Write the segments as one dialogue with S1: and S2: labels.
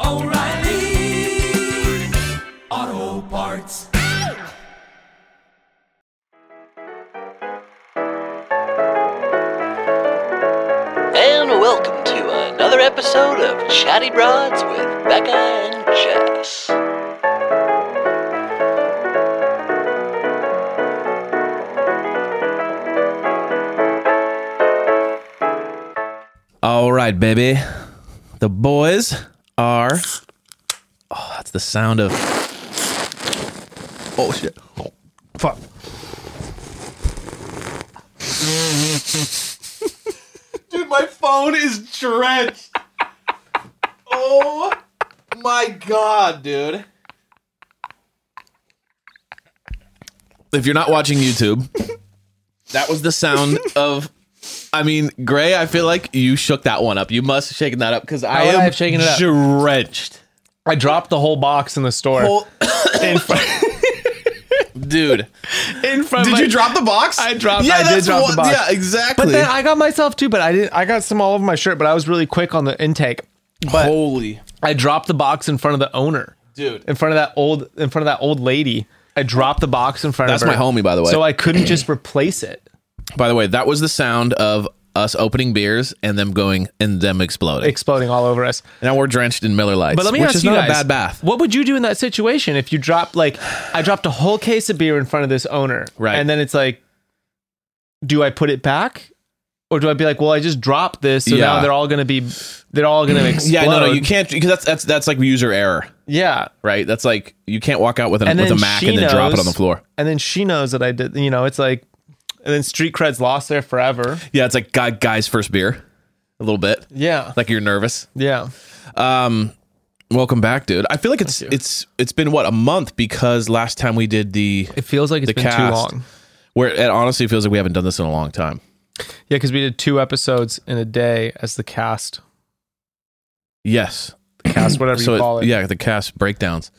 S1: oh, oh, O'Reilly. Auto Parts.
S2: And welcome to another episode of Chatty Broads with Becca and Jess.
S3: All right, baby. The boys are. Oh, that's the sound of. Oh shit! Oh, fuck.
S4: Dude, my phone is drenched. oh my god, dude.
S3: If you're not watching YouTube, that was the sound of. I mean, Gray. I feel like you shook that one up. You must have shaken that up because I
S5: would
S3: am
S5: I have shaken it up?
S3: drenched,
S5: I dropped the whole box in the store. in front,
S3: dude.
S5: in front
S3: Did
S5: of
S3: you
S5: my-
S3: drop the box?
S5: I dropped- I did
S3: that's
S5: drop the
S3: one-
S5: box.
S3: Yeah, exactly.
S5: But then I got myself too, but I didn't. I got some all over my shirt, but I was really quick on the intake. But
S3: Holy
S5: I dropped the box in front of the owner,
S3: dude.
S5: in front of that old, in front of that old lady. I dropped the box in front
S3: That's
S5: of her.
S3: my homie, by the way.
S5: So I couldn't just replace it.
S3: By the way, that was the sound of us opening beers and them going and them exploding.
S5: Exploding all over us.
S3: now we're drenched in Miller Lights,
S5: But let me
S3: which
S5: ask
S3: is
S5: you
S3: not
S5: guys,
S3: a bad bath.
S5: What would you do in that situation if you dropped like I dropped a whole case of beer in front of this owner,
S3: Right.
S5: And then it's like, do I put it back, or do I be like, well, I just dropped this, so
S3: Yeah.
S5: now they're all gonna be, they're all gonna explode.
S3: Yeah, no, no, you can't because that's that's that's like user error,
S5: Yeah,
S3: right? That's like you can't walk out with an,
S5: And
S3: with a
S5: then
S3: Mac
S5: she
S3: and then drop it
S5: knows-
S3: on the floor.
S5: and then she knows that I did. You know, it's like, and then street cred's lost there forever.
S3: Yeah, it's like guy, guy's first beer, a little bit.
S5: Yeah,
S3: Like you're nervous.
S5: yeah.
S3: Um, welcome back, dude. I feel like it's it's it's been what a month because last time we did the
S5: It feels like it's
S3: The
S5: been too
S3: cast.
S5: long.
S3: where it honestly feels like we haven't done this in a long time.
S5: Yeah, because we did two episodes in a day as the cast,
S3: Yes,
S5: cast whatever you call it.
S3: yeah, the cast breakdowns.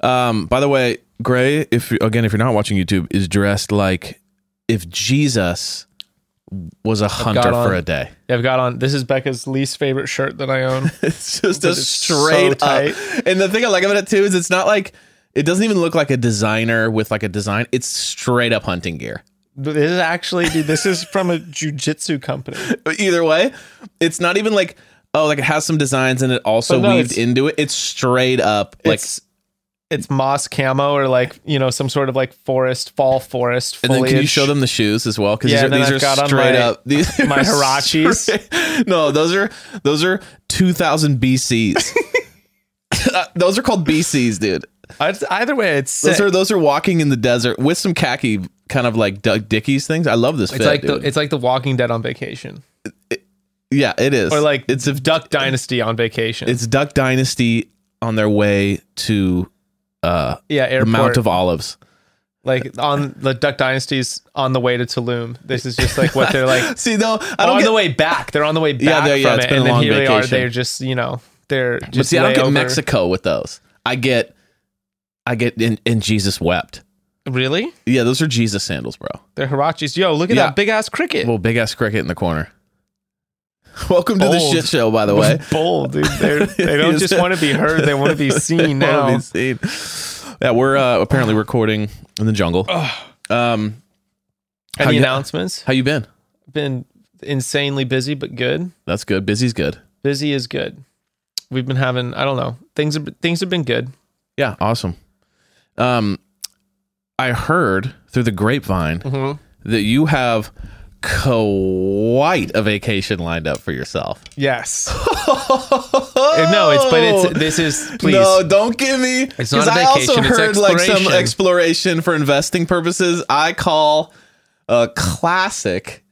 S3: Um, by the way, Gray, if you- again, if you're not watching YouTube, is dressed like if Jesus was a hunter
S5: on-
S3: for a day.
S5: I've got on. This is Becca's least favorite shirt that I own.
S3: It's just a
S5: Because it's so
S3: straight
S5: tight.
S3: up. And the thing I like about it too is it's not like it doesn't even look like a designer with like a design. It's straight up hunting gear.
S5: This is actually, dude, this is from a jujitsu company.
S3: But either way, it's not even like oh, like it has some designs and it also
S5: But no,
S3: weaved
S5: it's-
S3: into it. It's straight up like
S5: it's it's moss camo or like you know some sort of like forest fall forest.
S3: And
S5: Foliage.
S3: then can you show them the shoes as well? Because
S5: Yeah, and
S3: these
S5: then
S3: are,
S5: I've
S3: these
S5: got
S3: are
S5: on
S3: straight
S5: my-
S3: up these
S5: my
S3: are
S5: Hirachis.
S3: straight- no, those are those are 2000 BCs. Uh, those are called BCs, dude.
S5: I- Either way, it's sick.
S3: Those are those are walking in the desert with some khaki kind of like Doug Dickies things. I love this.
S5: it's
S3: fit,
S5: like
S3: dude.
S5: the it's like the Walking Dead on vacation,
S3: yeah, it is.
S5: or like
S3: it's
S5: it's
S3: a,
S5: a Duck Dynasty on vacation.
S3: it's Duck Dynasty on their way to uh
S5: yeah, airport.
S3: the Mount of Olives.
S5: like on the Duck Dynasty's on the way to Tulum. This is just like what they're like
S3: See, no, I don't
S5: on
S3: get
S5: the way back. They're on the way back
S3: Yeah,
S5: yeah,
S3: they're- yeah,
S5: from
S3: it's
S5: it,
S3: been a
S5: and then
S3: long
S5: here they are.
S3: vacation.
S5: They're just you know they're just
S3: But see, I don't get
S5: layover.
S3: Mexico with those. I get, I get, and, and Jesus wept.
S5: Really,
S3: Yeah, those are Jesus sandals, bro.
S5: they're Hirachis. Yo, look at
S3: Yeah.
S5: that big ass cricket.
S3: Well, big ass cricket in the corner. Welcome to the
S5: Bold.
S3: shit show, by the way.
S5: bold, dude. They're, they don't just want to be heard; they want to be seen now.
S3: Wanna be seen. Yeah, we're uh, apparently recording in the jungle. Um, How
S5: Any
S3: you-
S5: announcements?
S3: how you been?
S5: Been insanely busy, but good.
S3: That's good. Busy's good.
S5: Busy is good. We've been having I don't know things. Have, things have been good.
S3: Yeah, awesome. Um, I heard through the grapevine that you have quite a vacation lined up for yourself.
S5: Yes. no, it's but it's this is please.
S3: No, don't give me.
S5: It's not
S3: Because
S5: a
S3: I also
S5: vacation, it's
S3: heard like some
S5: exploration.
S3: exploration for investing purposes. I call a classic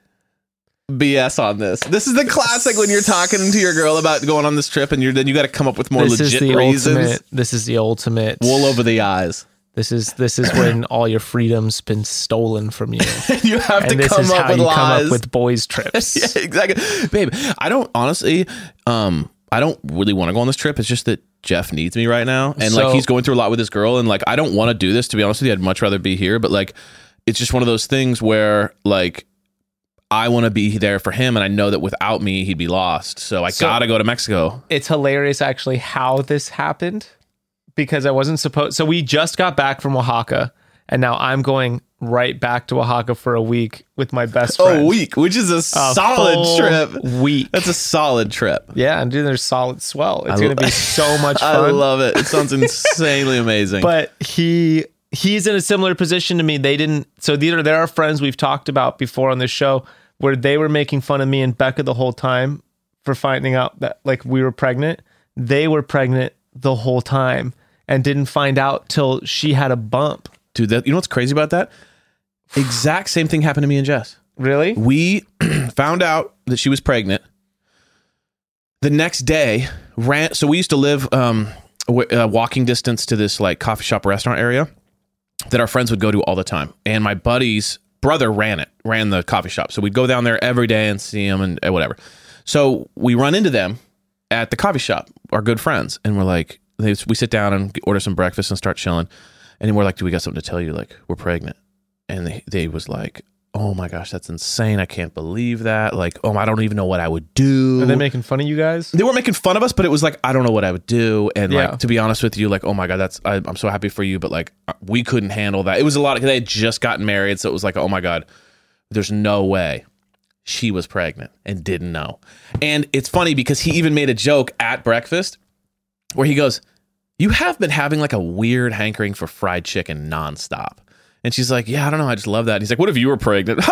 S3: BS on this. This is the classic when you're talking to your girl about going on this trip, and you're then you got to come up with more
S5: this is
S3: legit
S5: the
S3: reasons.
S5: ultimate. This is the ultimate.
S3: Wool over the eyes.
S5: This is this is when all your freedom's been stolen from you,
S3: you have
S5: and
S3: to
S5: this
S3: come
S5: is
S3: up
S5: how
S3: with
S5: you
S3: lies.
S5: come up with boys trips.
S3: yeah, exactly, babe. I don't honestly. Um, I don't really want to go on this trip. It's just that Jeff needs me right now, and
S5: So-
S3: like he's going through a lot with his girl, and like I don't want to do this. To be honest with you, I'd much rather be here. But like, it's just one of those things where like I want to be there for him, and I know that without me, he'd be lost. So I
S5: So-
S3: gotta go to Mexico.
S5: It's hilarious actually how this happened because I wasn't supposed. So we just got back from Oaxaca, and now I'm going right back to Oaxaca for a week with my best friend.
S3: A week, which is a,
S5: A full
S3: Oh, solid trip.
S5: Week.
S3: That's a solid trip.
S5: yeah, and dude, there's solid swell. It's
S3: I
S5: gonna
S3: lo-
S5: be so much fun.
S3: I love it. It sounds insanely amazing.
S5: but he he's in a similar position to me. They didn't. So these are there are friends we've talked about before on this show where they were making fun of me and Becca the whole time for finding out that like we were pregnant. They were pregnant the whole time and didn't find out till she had a bump.
S3: dude, that, you know what's crazy about that? Exact same thing happened to me and Jess.
S5: Really?
S3: we found out that she was pregnant the next day ran so we used to live um w- uh, walking distance to this like coffee shop restaurant area that our friends would go to all the time and my buddy's brother ran it ran the coffee shop so we'd go down there every day and see him and, and whatever so we run into them at the coffee shop our good friends and we're like they, we sit down and get- order some breakfast and start chilling and we're like do we got something to tell you like we're pregnant and they, they was like oh my gosh that's insane i can't believe that like oh i don't even know what i would do
S5: Are they making fun of you guys?
S3: they weren't making fun of us, but it was like I don't know what I would do, and
S5: Yeah.
S3: like to be honest with you, like oh my god, that's I, I'm so happy for you, but like uh, we couldn't handle that. It was a lot. Of, they had just gotten married, so it was like oh my god, there's no way she was pregnant and didn't know. And it's funny because he even made a joke at breakfast where he goes, "You have been having like a weird hankering for fried chicken nonstop," and she's like, "Yeah, I don't know, I just love that." And he's like, "What if you were pregnant?"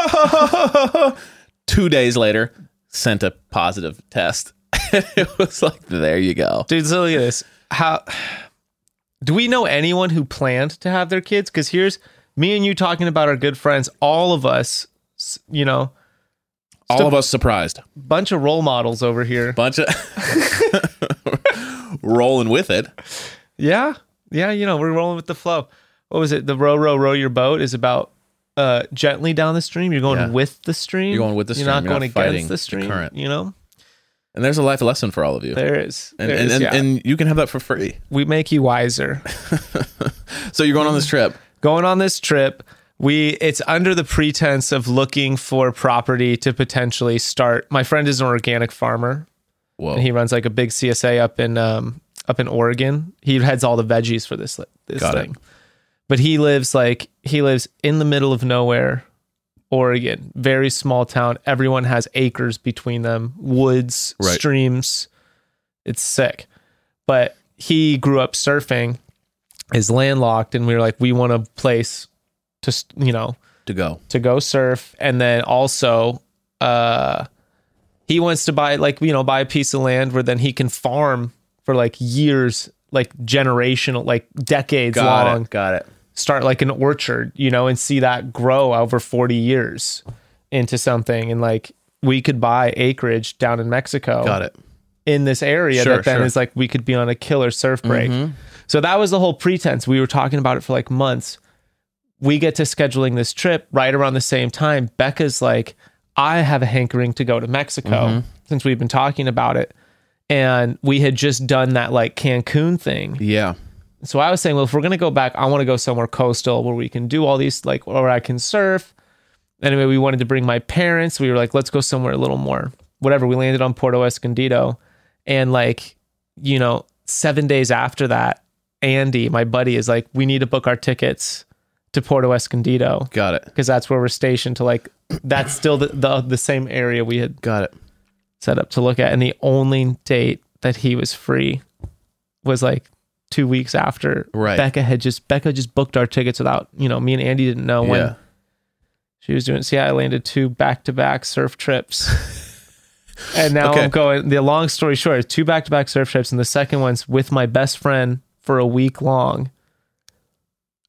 S3: Two days later, sent a positive test. it was like, there you go.
S5: Dude, so look at this. How do we know anyone who planned to have their kids? Because here's me and you talking about our good friends. All of us, s- you know,
S3: All of us surprised.
S5: bunch of role models over here.
S3: Bunch of rolling with it.
S5: Yeah. Yeah, you know, we're rolling with the flow. What was it? The row, row, row your boat is about uh gently down the stream. You're going
S3: Yeah.
S5: with the stream.
S3: You're going with the
S5: You're not
S3: stream. You're
S5: going
S3: not fighting
S5: against
S3: the
S5: the stream.
S3: current.
S5: You know?
S3: And there's a life lesson for all of you.
S5: There is.
S3: and,
S5: There
S3: and,
S5: is,
S3: and,
S5: yeah.
S3: and you can have that for free.
S5: we make you wiser.
S3: So you're going on this trip.
S5: going on this trip we it's under the pretense of looking for property to potentially start my friend is an organic farmer
S3: Whoa.
S5: and he runs like a big csa up in um up in oregon he heads all the veggies for this li- this
S3: Got it.
S5: thing but he lives like he lives in the middle of nowhere oregon very small town everyone has acres between them woods
S3: Right.
S5: streams it's sick but he grew up surfing is landlocked and we were like we want a place to s- you know
S3: to go.
S5: to go surf and then also uh he wants to buy like you know buy a piece of land where then he can farm for like years like generational like decades
S3: Got
S5: long
S3: it. Got it.
S5: start like an orchard, you know, and see that grow over 40 years into something. And like we could buy acreage down in Mexico
S3: Got it.
S5: in this area
S3: Sure,
S5: that then
S3: sure. Mm-hmm.
S5: is like we could be on a killer surf break. So that was the whole pretense. We were talking about it for like months. We get to scheduling this trip right around the same time. Becca's like, I have a hankering to go to Mexico
S3: Mm-hmm.
S5: since we've been talking about it. And we had just done that like Cancun thing
S3: Yeah.
S5: so I was saying, well, if we're gonna go back, I want to go somewhere coastal where we can do all these, like where I can surf. Anyway, we wanted to bring my parents. We were like, let's go somewhere a little more, whatever. We landed on Puerto Escondido, and like, you know, seven days after that, Andy, my buddy, is like, we need to book our tickets to Puerto Escondido
S3: Got it.
S5: because that's where we're stationed. To like, that's still the, the the same area we had
S3: Got it.
S5: set up to look at. And the only date that he was free was like two weeks after
S3: Right.
S5: Becca had just Becca just booked our tickets without, you know, me and Andy didn't know when
S3: Yeah.
S5: she was doing it. So yeah, I landed two back to back surf trips. and now
S3: Okay.
S5: I'm going the long story short, is two back to back surf trips and the second one's with my best friend for a week long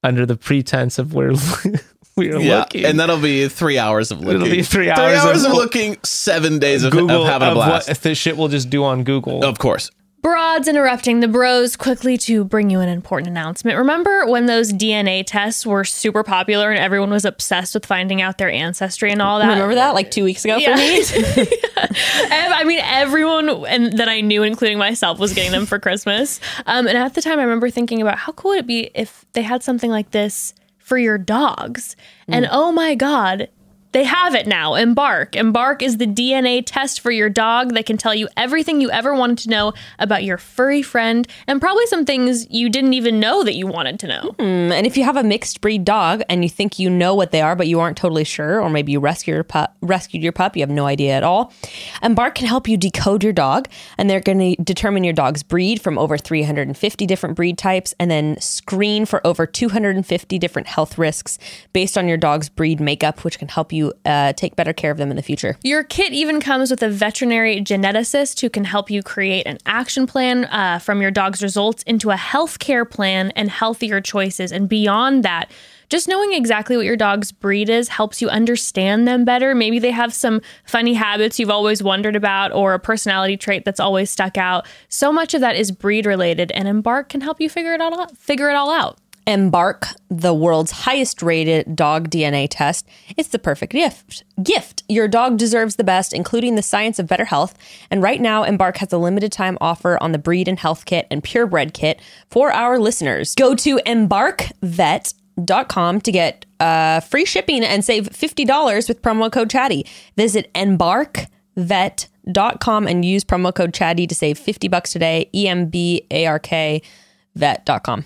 S5: under the pretense of we're we're
S3: Yeah.
S5: looking.
S3: And that'll be three hours of looking.
S5: It'll be three
S3: Three
S5: hours,
S3: hours of
S5: of
S3: looking, seven days of,
S5: Google
S3: of having a
S5: of
S3: blast.
S5: what this shit will just do on Google.
S3: Of course.
S6: Broads interrupting the bros quickly to bring you an important announcement. Remember when those DNA tests were super popular and everyone was obsessed with finding out their ancestry and all that?
S7: Remember that like two weeks ago
S6: Yeah.
S7: for me?
S6: Ev- I mean, everyone and that I knew, including myself, was getting them for Christmas. Um, and at the time, I remember thinking about how cool would it be if they had something like this for your dogs. And oh my God, they have it now. Embark. Embark is the DNA test for your dog that can tell you everything you ever wanted to know about your furry friend and probably some things you didn't even know that you wanted to know.
S7: Um, And if you have a mixed breed dog and you think you know what they are, but you aren't totally sure, or maybe you rescued your pup, rescued your pup, you have no idea at all. Embark can help you decode your dog, and they're going to determine your dog's breed from over 350 different breed types, and then screen for over 250 different health risks based on your dog's breed makeup, which can help you uh, take better care of them in the future.
S6: Your kit even comes with a veterinary geneticist who can help you create an action plan uh, from your dog's results into a health care plan and healthier choices. And beyond that, just knowing exactly what your dog's breed is helps you understand them better. Maybe they have some funny habits you've always wondered about or a personality trait that's always stuck out. So much of that is breed related, and Embark can help you figure it all out. Figure it all out.
S7: Embark, the world's highest rated dog DNA test. It's the perfect gift. Gift. Your dog deserves the best, including the science of better health. And right now, Embark has a limited time offer on the breed and health kit and purebred kit for our listeners. Go to embarkvet.com to get uh, free shipping and save $50 with promo code chatty. Visit embarkvet.com and use promo code chatty to save 50 bucks today. E M B A R K vet.com.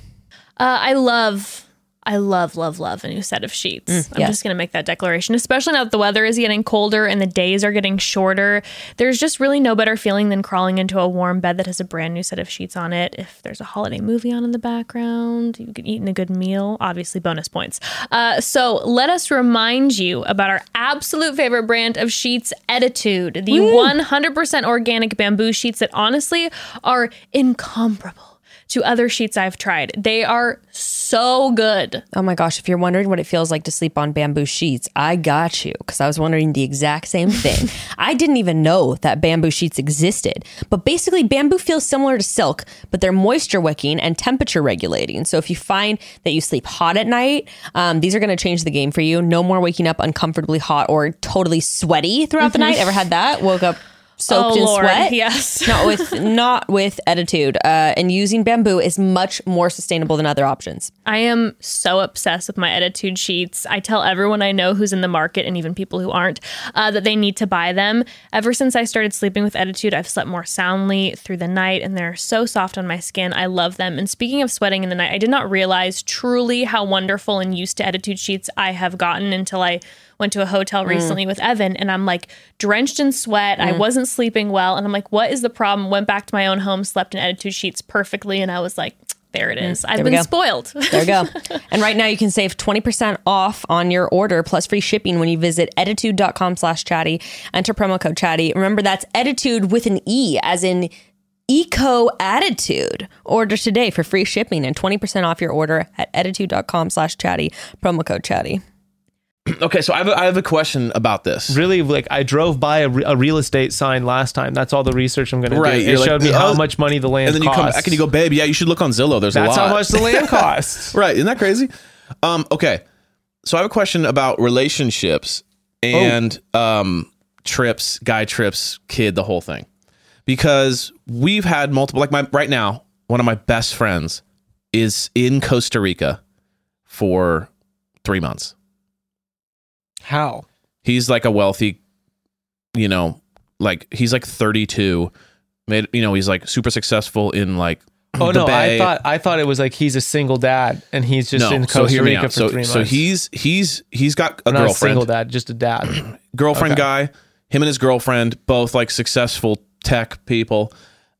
S6: Uh, I love, I love, love, love a new set of sheets. I'm
S7: yes.
S6: just going to make that declaration, especially now that the weather is getting colder and the days are getting shorter. There's just really no better feeling than crawling into a warm bed that has a brand new set of sheets on it. If there's a holiday movie on in the background, you can eat in a good meal, obviously, bonus points. Uh, so let us remind you about our absolute favorite brand of sheets, Etitude, the 100% organic bamboo sheets that honestly are incomparable to other sheets I've tried. They are so good.
S7: Oh my gosh, if you're wondering what it feels like to sleep on bamboo sheets, I got you because I was wondering the exact same thing. I didn't even know that bamboo sheets existed. But basically, bamboo feels similar to silk, but they're moisture wicking and temperature regulating. So if you find that you sleep hot at night, um, these are going to change the game for you. No more waking up uncomfortably hot or totally sweaty throughout the night. Ever had that? Woke up soaked in sweat?
S6: Yes.
S7: not with not with attitude. Uh, and using bamboo is much more sustainable than other options.
S6: I am so obsessed with my attitude sheets. I tell everyone I know who's in the market and even people who aren't uh, that they need to buy them. Ever since I started sleeping with attitude, I've slept more soundly through the night and they're so soft on my skin. I love them. And speaking of sweating in the night, I did not realize truly how wonderful and used to attitude sheets I have gotten until I went to a
S7: Mm.
S6: hotel recently with Evan and I'm like drenched in sweat. I wasn't sleeping well. And I'm like, what is the problem? Went back to my own home, slept in attitude sheets perfectly. And I was like, there it is. I've
S7: Mm. There we
S6: been
S7: go.
S6: spoiled.
S7: There you go. and right now you can save 20% off on your order plus free shipping when you visit attitude.com slash chatty. Enter promo code chatty. Remember that's attitude with an E as in eco attitude. Order today for free shipping and 20% off your order at attitude.com slash chatty. Promo code chatty.
S3: Okay, so I have a, I have a question about this.
S8: Really, like I drove by a, re- a real estate sign last time. That's all the research I'm going to
S3: Right,
S8: do.
S3: you're
S8: It
S3: like,
S8: showed me
S3: "Huh?"
S8: how much money the land
S3: And then you
S8: costs.
S3: come back and you go, babe, yeah, you should look on Zillow. There's
S8: That's
S3: a lot.
S8: how much the land costs.
S3: right? Isn't that crazy? Um, okay, so I have a question about relationships and um, trips, guy trips, kid, the whole thing, because we've had multiple. Like my right now, one of my best friends is in Costa Rica for three months.
S8: how?
S3: He's like a wealthy, you know, like he's like 32. Made you know he's like super successful in like.
S8: Oh
S3: the
S8: no,
S3: Bay.
S8: I thought I thought it was like he's a single dad and he's just in Costa
S3: hear me
S8: Rica
S3: out.
S8: for
S3: so,
S8: three months.
S3: So he's he's he's got a
S8: not a
S3: girlfriend.
S8: single dad, just a dad.
S3: girlfriend guy, him and his girlfriend, both like successful tech people.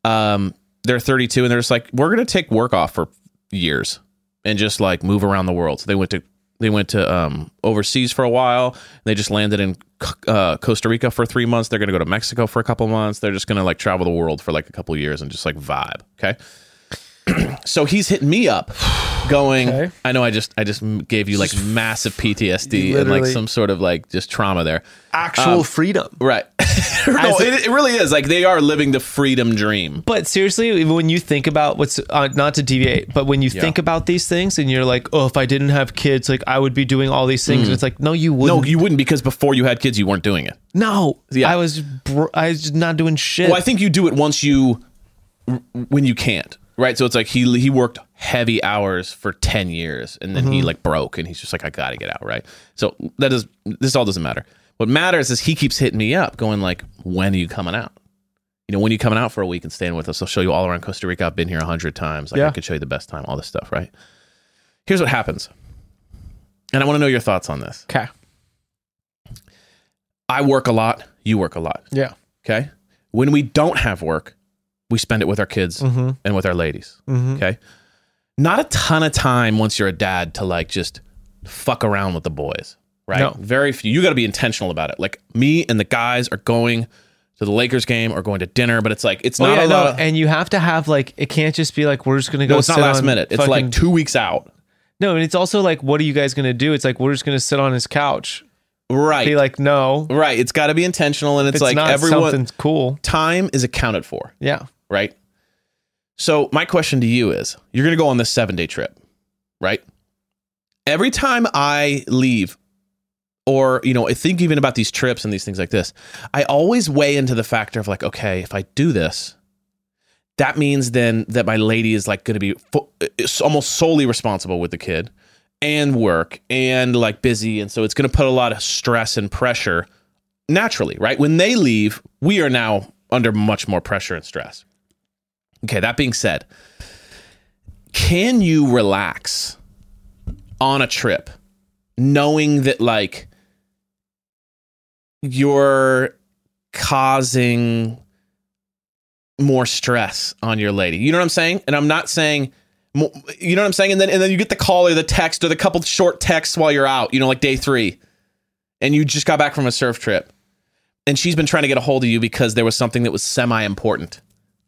S3: Um, they're 32 and they're just like, we're gonna take work off for years and just like move around the world. So they went to they went to um, overseas for a while. They just landed in uh, Costa Rica for three months. They're gonna go to Mexico for a couple months. They're just gonna like travel the world for like a couple years and just like vibe. Okay. so he's hitting me up, going,
S5: Okay.
S3: "I know I just I just m- gave you like massive PTSD and like
S8: literally-
S3: some sort of like just trauma there."
S8: Actual freedom.
S3: Right. no, it, it really is. Like they are living the freedom dream.
S5: But seriously, when you think about what's uh, not to deviate, but when you think about these things and you're like, oh, if I didn't have kids, like I would be doing all these things. It's like, no, you
S3: Mm. No,
S5: wouldn't.
S3: you wouldn't because before you had kids, you weren't doing it.
S5: No,
S3: Yeah.
S5: I was, br- I was just not doing shit.
S3: Well, I think you do it once you when you can't, right? So it's like he he worked heavy hours for 10 years and then he like broke and he's just like I got to get out, right? So that does this all doesn't matter. What matters is he keeps hitting me up going like when are you coming out? You know, when are you coming out for a week and staying with us? I'll show you all around Costa Rica. I've been here a hundred times. Like I
S5: Yeah.
S3: could show you the best time, all this stuff, right? Here's what happens. And I want to know your thoughts on this.
S5: okay.
S3: I work a lot, you work a lot.
S5: Yeah.
S3: Okay. When we don't have work, we spend it with our kids
S8: Mm-hmm,
S3: and with our ladies.
S5: Mm.
S3: Okay. Not a ton of time once you're a dad to like just fuck around with the boys, right?
S5: No.
S3: Very few. You got to be intentional about it. Like me and the guys are going to the Lakers game or going to dinner, but it's like, it's
S5: Oh,
S3: not
S5: yeah,
S3: a
S5: no,
S3: lot. of,
S5: and you have to have like it can't just be like we're just gonna go.
S3: no, it's not
S5: sit
S3: last
S5: on
S3: minute. It's
S5: fucking-
S3: like two weeks out.
S5: no, and it's also like, what are you guys gonna do? It's like we're just gonna sit on his couch.
S3: Right.
S5: Be like, no,
S3: right. It's got to be intentional. And it's,
S5: it's
S3: like
S5: not
S3: everyone,
S5: something cool.
S3: time is accounted for.
S5: Yeah.
S3: right? So my question to you is, you're going to go on this 7-day trip, right? Every time I leave or, you know, I think even about these trips and these things like this, I always weigh into the factor of like, okay, if I do this, that means then that my lady is like going to be fo- is almost solely responsible with the kid and work and like busy and so it's going to put a lot of stress and pressure naturally, right? When they leave, we are now under much more pressure and stress. Okay, that being said, can you relax on a trip knowing that like you're causing more stress on your lady? You know what I'm saying? And I'm not saying mo- you know what I'm saying? And then and then you get the call or the text or the couple short texts while you're out, you know, like day 3 and you just got back from a surf trip and she's been trying to get a hold of you because there was something that was semi important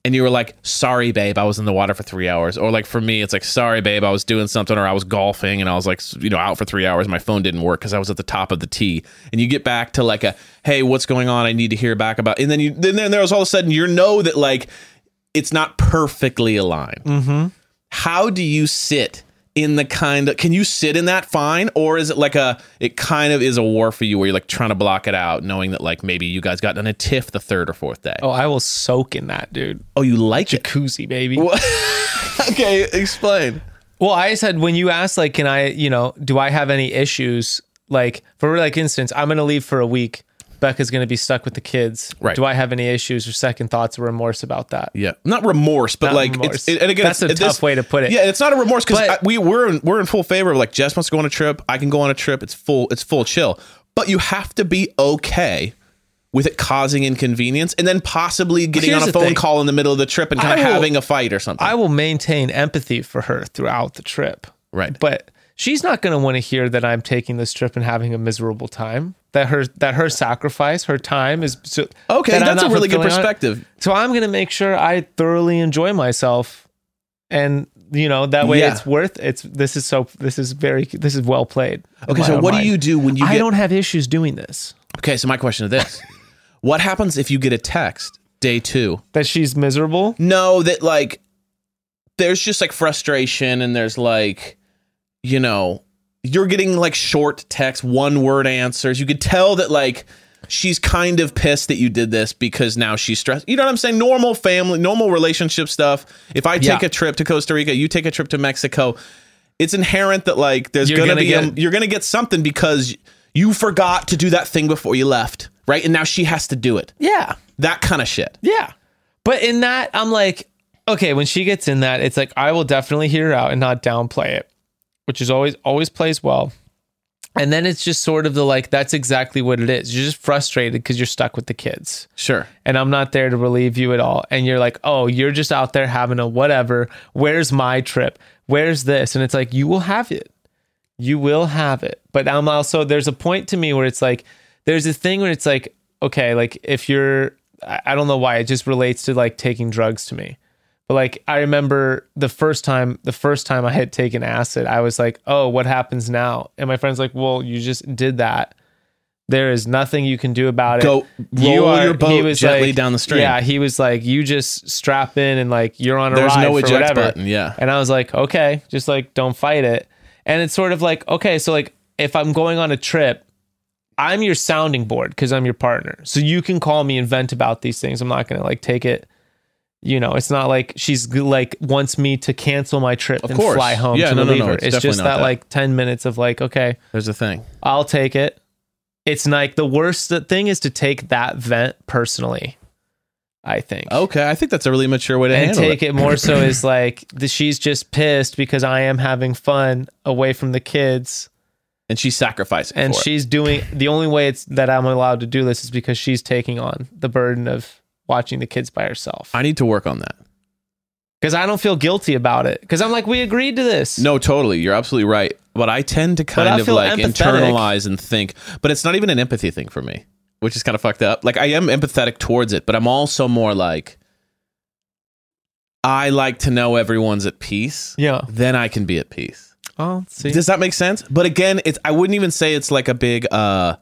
S3: and you were like sorry babe i was in the water for three hours or like for me it's like sorry babe i was doing something or i was golfing and i was like s- you know out for three hours my phone didn't work because i was at the top of the tee and you get back to like a hey what's going on i need to hear back about and then you then, then there was all of a sudden you know that like it's not perfectly aligned how do you sit in the kind of can you sit in that fine or is it like a it kind of is a war for you where you're like trying to block it out knowing that like maybe you guys got in a tiff the third or fourth day
S5: Oh, I will soak in that, dude.
S3: oh you like it
S5: Jacuzzi, baby.
S3: okay explain
S5: Well, I said when you asked, like, can I, you know, do I have any issues? Like, for like instance, I'm gonna leave for a week. Becca's gonna be stuck with the kids.
S3: Right.
S5: Do I have any issues or second thoughts or remorse about that?
S3: yeah not remorse but
S5: Not
S3: like
S5: remorse.
S3: it's it, and again
S5: That's
S3: it's-
S5: a tough way to put it.
S3: yeah it's not a remorse because
S5: But-
S3: we we're in, we're in full favor of like jess wants to go on a trip i can go on a trip it's full it's full chill but you have to be okay with it causing inconvenience and then possibly getting
S5: Here's
S3: on a
S5: the
S3: phone
S5: thing.
S3: call in the middle of the trip and kind
S5: I
S3: of
S5: will-
S3: having a fight or something
S5: I will maintain empathy for her throughout the trip.
S3: Right.
S5: But she's not going to want to hear that I'm taking this trip and having a miserable time. That her that her sacrifice, her time is so,
S3: Okay,
S5: that I'm
S3: that's a
S5: not
S3: really good
S5: fulfilling on it.
S3: perspective.
S5: So I'm going to make sure I thoroughly enjoy myself and you know that way
S3: Yeah.
S5: it's worth it's this is so this is very this is well played. in
S3: Okay,
S5: my
S3: so
S5: own
S3: what do
S5: mind.
S3: you do when you
S5: I
S3: get?
S5: don't have issues doing this.
S3: okay, so my question is this: What happens if you get a text day two?
S5: That she's miserable?
S3: No, that like there's just like frustration and there's like you know you're getting like short text, one word answers. You could tell that like she's kind of pissed that you did this because now she's stressed. You know what I'm saying? Normal family, normal relationship stuff. If I take
S5: Yeah.
S3: a trip to Costa Rica, you take a trip to Mexico. It's inherent that like there's
S5: You're
S3: gonna,
S5: gonna
S3: be a-
S5: get-
S3: you're gonna get something because you forgot to do that thing before you left, right? And now she has to do it.
S5: Yeah.
S3: That kind of shit.
S5: Yeah. But in that, I'm like, okay, when she gets in that, it's like I will definitely hear her out and not downplay it, which is always always plays well. And then it's just sort of the like, that's exactly what it is. You're just frustrated because you're stuck with the kids.
S3: Sure.
S5: And I'm not there to relieve you at all. And you're like, oh, you're just out there having a whatever. Where's my trip? Where's this? And it's like, you will have it. You will have it. But I'm also, there's a point to me where it's like, there's a thing where it's like, okay, like if you're, I I don't know why, it just relates to like taking drugs to me. But But like I remember the first time, the first time I had taken acid, I was like, "Oh, what happens now?" And my friend's like, "Well, you just did that. There is nothing you can do about it.
S3: Go roll your boat gently
S5: like-
S3: down the stream.
S5: Yeah, he was like, "You just strap in and like you're on a
S3: There's
S5: ride
S3: no
S5: for
S3: eject
S5: whatever."
S3: button, yeah.
S5: and I was like, "Okay, just like don't fight it." And it's sort of like, okay, so like if I'm going on a trip I'm your sounding board because I'm your partner. So you can call me and vent about these things. I'm not gonna like take it. You know, it's not like she's g- like wants me to cancel my trip
S3: Of
S5: and
S3: course.
S5: fly home
S3: Yeah,
S5: to
S3: no, no,
S5: relieve
S3: no,
S5: her.
S3: it's
S5: It's,
S3: definitely
S5: just
S3: not
S5: that,
S3: that.
S5: like ten minutes of like, okay,
S3: There's the thing.
S5: I'll take it. It's like the worst th- thing is to take that vent personally. I think.
S3: Okay, I think that's a really mature way to
S5: And
S3: handle
S5: take
S3: it.
S5: it more so is like the, she's just pissed because I am having fun away from the kids
S3: And she's sacrificing.
S5: and
S3: for it.
S5: she's doing the only way it's that I'm allowed to do this is because she's taking on the burden of watching the kids by herself.
S3: I need to work on that.
S5: Because I don't feel guilty about it. Because I'm like, we agreed to this.
S3: No, totally. You're absolutely right. But I tend to
S5: I
S3: kind of
S5: feel
S3: like
S5: empathetic.
S3: internalize and think, but it's not even an empathy thing for me, which is kind of fucked up. Like I am empathetic towards it, but I'm also more like I like to know everyone's at peace.
S5: Yeah.
S3: Then I can be at peace.
S5: Oh, see.
S3: Does that make sense? But again, it's I wouldn't even say it's like a big uh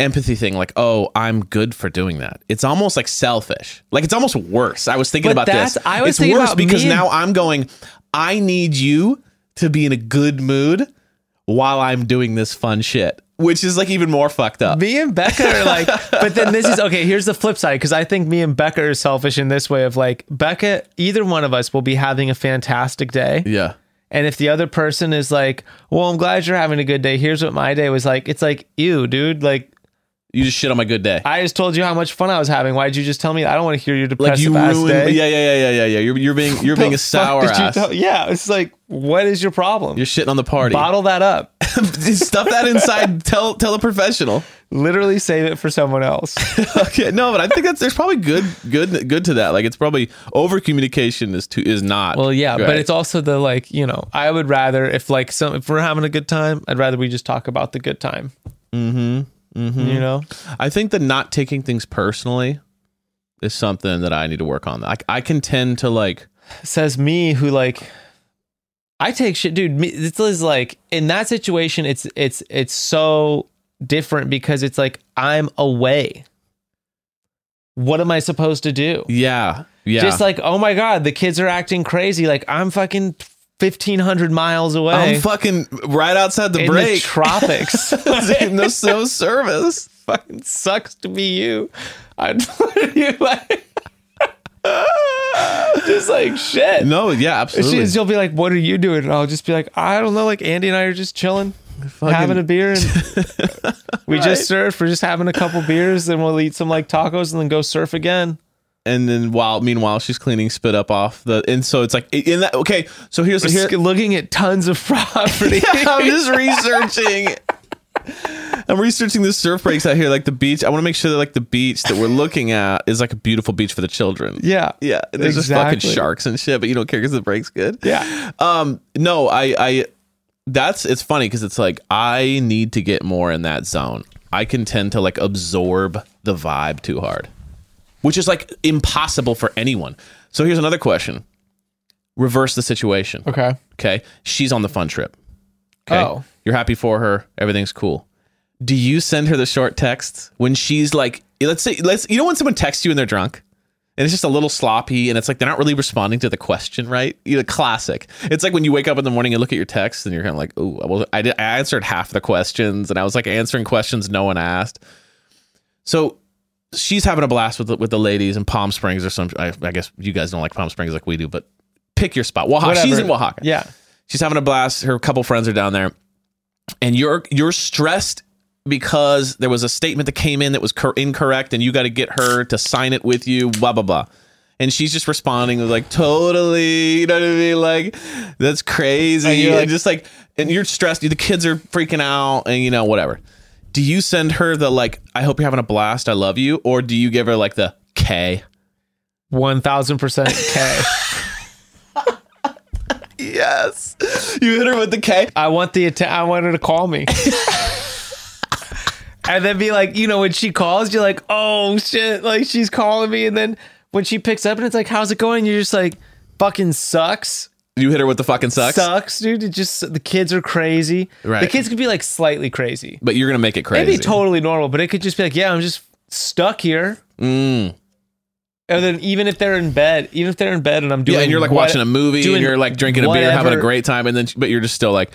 S3: empathy thing like, "Oh, I'm good for doing that." It's almost like selfish. Like it's almost worse. I was thinking
S5: But
S3: about this.
S5: that's- I was
S3: it's
S5: thinking
S3: worse
S5: about me
S3: because
S5: and-
S3: now I'm going, "I need you to be in a good mood while I'm doing this fun shit." Which is like even more fucked up.
S5: me and Becca are like, but then this is okay. Here's the flip side because I think me and Becca are selfish in this way of like, Becca, either one of us will be having a fantastic day.
S3: yeah.
S5: And if the other person is like, well, I'm glad you're having a good day. Here's what my day was like. It's like, ew, dude. Like,
S3: You just shit on my good day.
S5: I just told you how much fun I was having. Why'd you just tell me? I don't want to hear your
S3: like
S5: depressive
S3: you
S5: ass
S3: ruined
S5: day.
S3: Yeah, yeah, yeah, yeah, yeah, yeah. You're you're being you're being a sour
S5: Fuck did you
S3: ass.
S5: tell- yeah, it's like, what is your problem?
S3: you're shitting on the party.
S5: Bottle that up.
S3: Stuff that inside. Tell tell a professional.
S5: Literally save it for someone else.
S3: okay, no, but I think that's there's probably good good good to that. Like it's probably over communication is too is not.
S5: Well, yeah,
S3: great.
S5: but it's also the like, you know, I would rather if like some if we're having a good time, I'd rather we just talk about the good time. Mm-hmm. You know,
S3: I think that not taking things personally is something that I need to work on. Like I can tend to like
S5: says me who like I take shit, dude. Me, this is like in that situation, it's it's it's so different because it's like I'm away. What am I supposed to do?
S3: yeah yeah
S5: Just like, oh my god, the kids are acting crazy. Like I'm fucking fifteen hundred miles away.
S3: I'm fucking right outside the
S5: in the
S3: break.
S5: tropics.
S3: no, no service.
S5: fucking sucks to be you. I'd you like just like shit.
S3: No, yeah, absolutely.
S5: She- she'll be like, "What are you doing?" And I'll just be like, "I don't know." Like Andy and I are just chilling, having a beer, and we just surf. We're just having a couple beers, then we'll eat some like tacos, and then go surf again.
S3: and then while meanwhile she's cleaning spit up off the and so it's like in that okay. So here's
S5: We're
S3: here,
S5: just looking at tons of property.
S3: Yeah, I'm just researching. I'm researching the surf breaks out here, like the beach. I want to make sure that like the beach that we're looking at is like a beautiful beach for the children.
S5: Yeah,
S3: yeah. There's just
S5: exactly.
S3: fucking sharks and shit, but you don't care because the break's good.
S5: Yeah.
S3: Um. No, I. I. That's it's funny because it's like I need to get more in that zone. I can tend to like absorb the vibe too hard, which is like impossible for anyone. So here's another question: Reverse the situation.
S5: Okay.
S3: Okay. She's on the fun trip. Okay.
S5: Oh.
S3: You're happy for her. Everything's cool. Do you send her the short texts when she's like, let's say, let's, you know, when someone texts you and they're drunk and it's just a little sloppy and it's like, they're not really responding to the question, right? You know, classic. It's like when you wake up in the morning and look at your texts and you're kind of like, oh, well, I, did, I answered half the questions and I was like answering questions no one asked. So she's having a blast with the, with the ladies in Palm Springs or some, I, I guess you guys don't like Palm Springs like we do, but pick your spot. Oaxaca. Ah, She's
S5: Whatever.
S3: in Oaxaca
S5: Yeah,
S3: she's having a blast her couple friends are down there and you're you're stressed because there was a statement that came in that was cor- incorrect and you got to get her to sign it with you blah blah blah and she's just responding with like totally you know what i mean like that's crazy
S5: And
S3: and,
S5: you're like-
S3: just like and you're stressed the kids are freaking out and you know whatever do you send her the like i hope you're having a blast i love you or do you give her like the k
S5: one thousand percent K.
S3: yes you hit her with the k
S5: I want the atta- I want her to call me. and then be like, you know, when she calls, you're like, oh shit, like she's calling me. And then when she picks up and it's like, how's it going? You're just like, fucking sucks.
S3: You hit her with the fucking sucks,
S5: dude. It just the kids are crazy.
S3: Right.
S5: The kids could be like slightly crazy.
S3: but you're gonna make it crazy.
S5: Maybe totally normal, but it could just be like, yeah, I'm just stuck here.
S3: Mm.
S5: And then even if they're in bed, even if they're in bed and I'm doing
S3: Yeah, and you're like
S5: what-
S3: watching a movie, and
S5: doing
S3: you're like drinking a beer, having a
S5: whatever-
S3: great time, and then but you're just still like,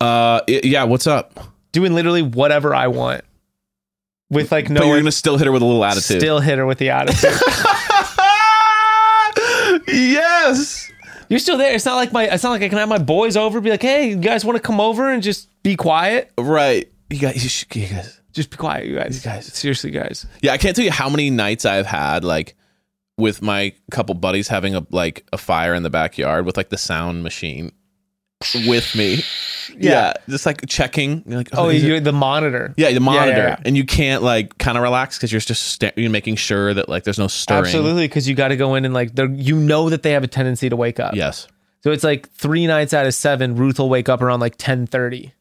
S3: uh, y- yeah, what's up?
S5: doing literally whatever I want with like no
S3: but you're
S5: one
S3: gonna still hit her with a little attitude.
S5: still hit her with the attitude.
S3: yes.
S5: you're still there. It's not like my it's not like I can have my boys over be like, "Hey, you guys want to come over and just be quiet?
S3: Right. You guys, you, should, you guys.
S5: Just be quiet, you guys.
S3: guys.
S5: seriously, guys.
S3: Yeah, I can't tell you how many nights I've had like with my couple buddies having a like a fire in the backyard with like the sound machine with me. Yeah, just like checking. You're like,
S5: Oh,
S3: is it-
S5: you the monitor.
S3: yeah, the monitor,
S5: yeah.
S3: and you can't like kind of relax because you're just sta- you're making sure that like there's no stirring.
S5: Absolutely, because you got to go in and like they're you know that they have a tendency to wake up.
S3: Yes.
S5: So it's like three nights out of seven, Ruth will wake up around like ten thirty,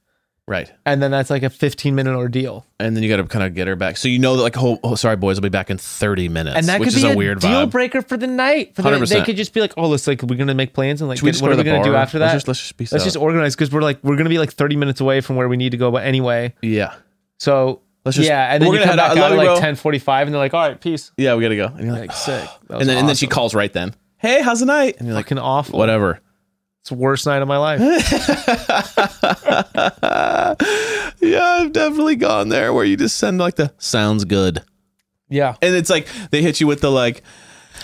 S3: Right.
S5: and then that's like a fifteen minute ordeal.
S3: And then you got to kind of get her back. So you know that like, oh, oh sorry boys, I'll be back in 30 minutes,
S5: and that
S3: which
S5: could
S3: is
S5: be
S3: a,
S5: a,
S3: weird
S5: deal
S3: vibe.
S5: breaker for the night. For the,
S3: 100%.
S5: They could just be like, "Oh, let's like we're gonna make plans and like
S3: Should we
S5: get-
S3: just
S5: what
S3: go
S5: are
S3: to
S5: we
S3: the
S5: gonna do
S3: bar?
S5: after
S3: Let's
S5: that?
S3: just- let's just be
S5: let's just
S3: sober.
S5: organize because we're like we're gonna be like thirty minutes away from where we need to go, but anyway,
S3: yeah.
S5: so
S3: Let's just-
S5: yeah, and then
S3: we're
S5: you
S3: gonna
S5: come
S3: head out.
S5: back
S3: I
S5: out
S3: love
S5: at
S3: you, bro.
S5: like ten forty five, and they're like, "All right, peace."
S3: Yeah, we got to go. And you're like,
S5: Like sick. That was
S3: and then, and then she
S5: awesome.
S3: calls right then. Hey, how's the night? And you're like,
S5: fucking awful.
S3: whatever.
S5: It's the worst night of my life.
S3: yeah, I've definitely gone there where you just send like the sounds good.
S5: yeah.
S3: And it's like they hit you with the like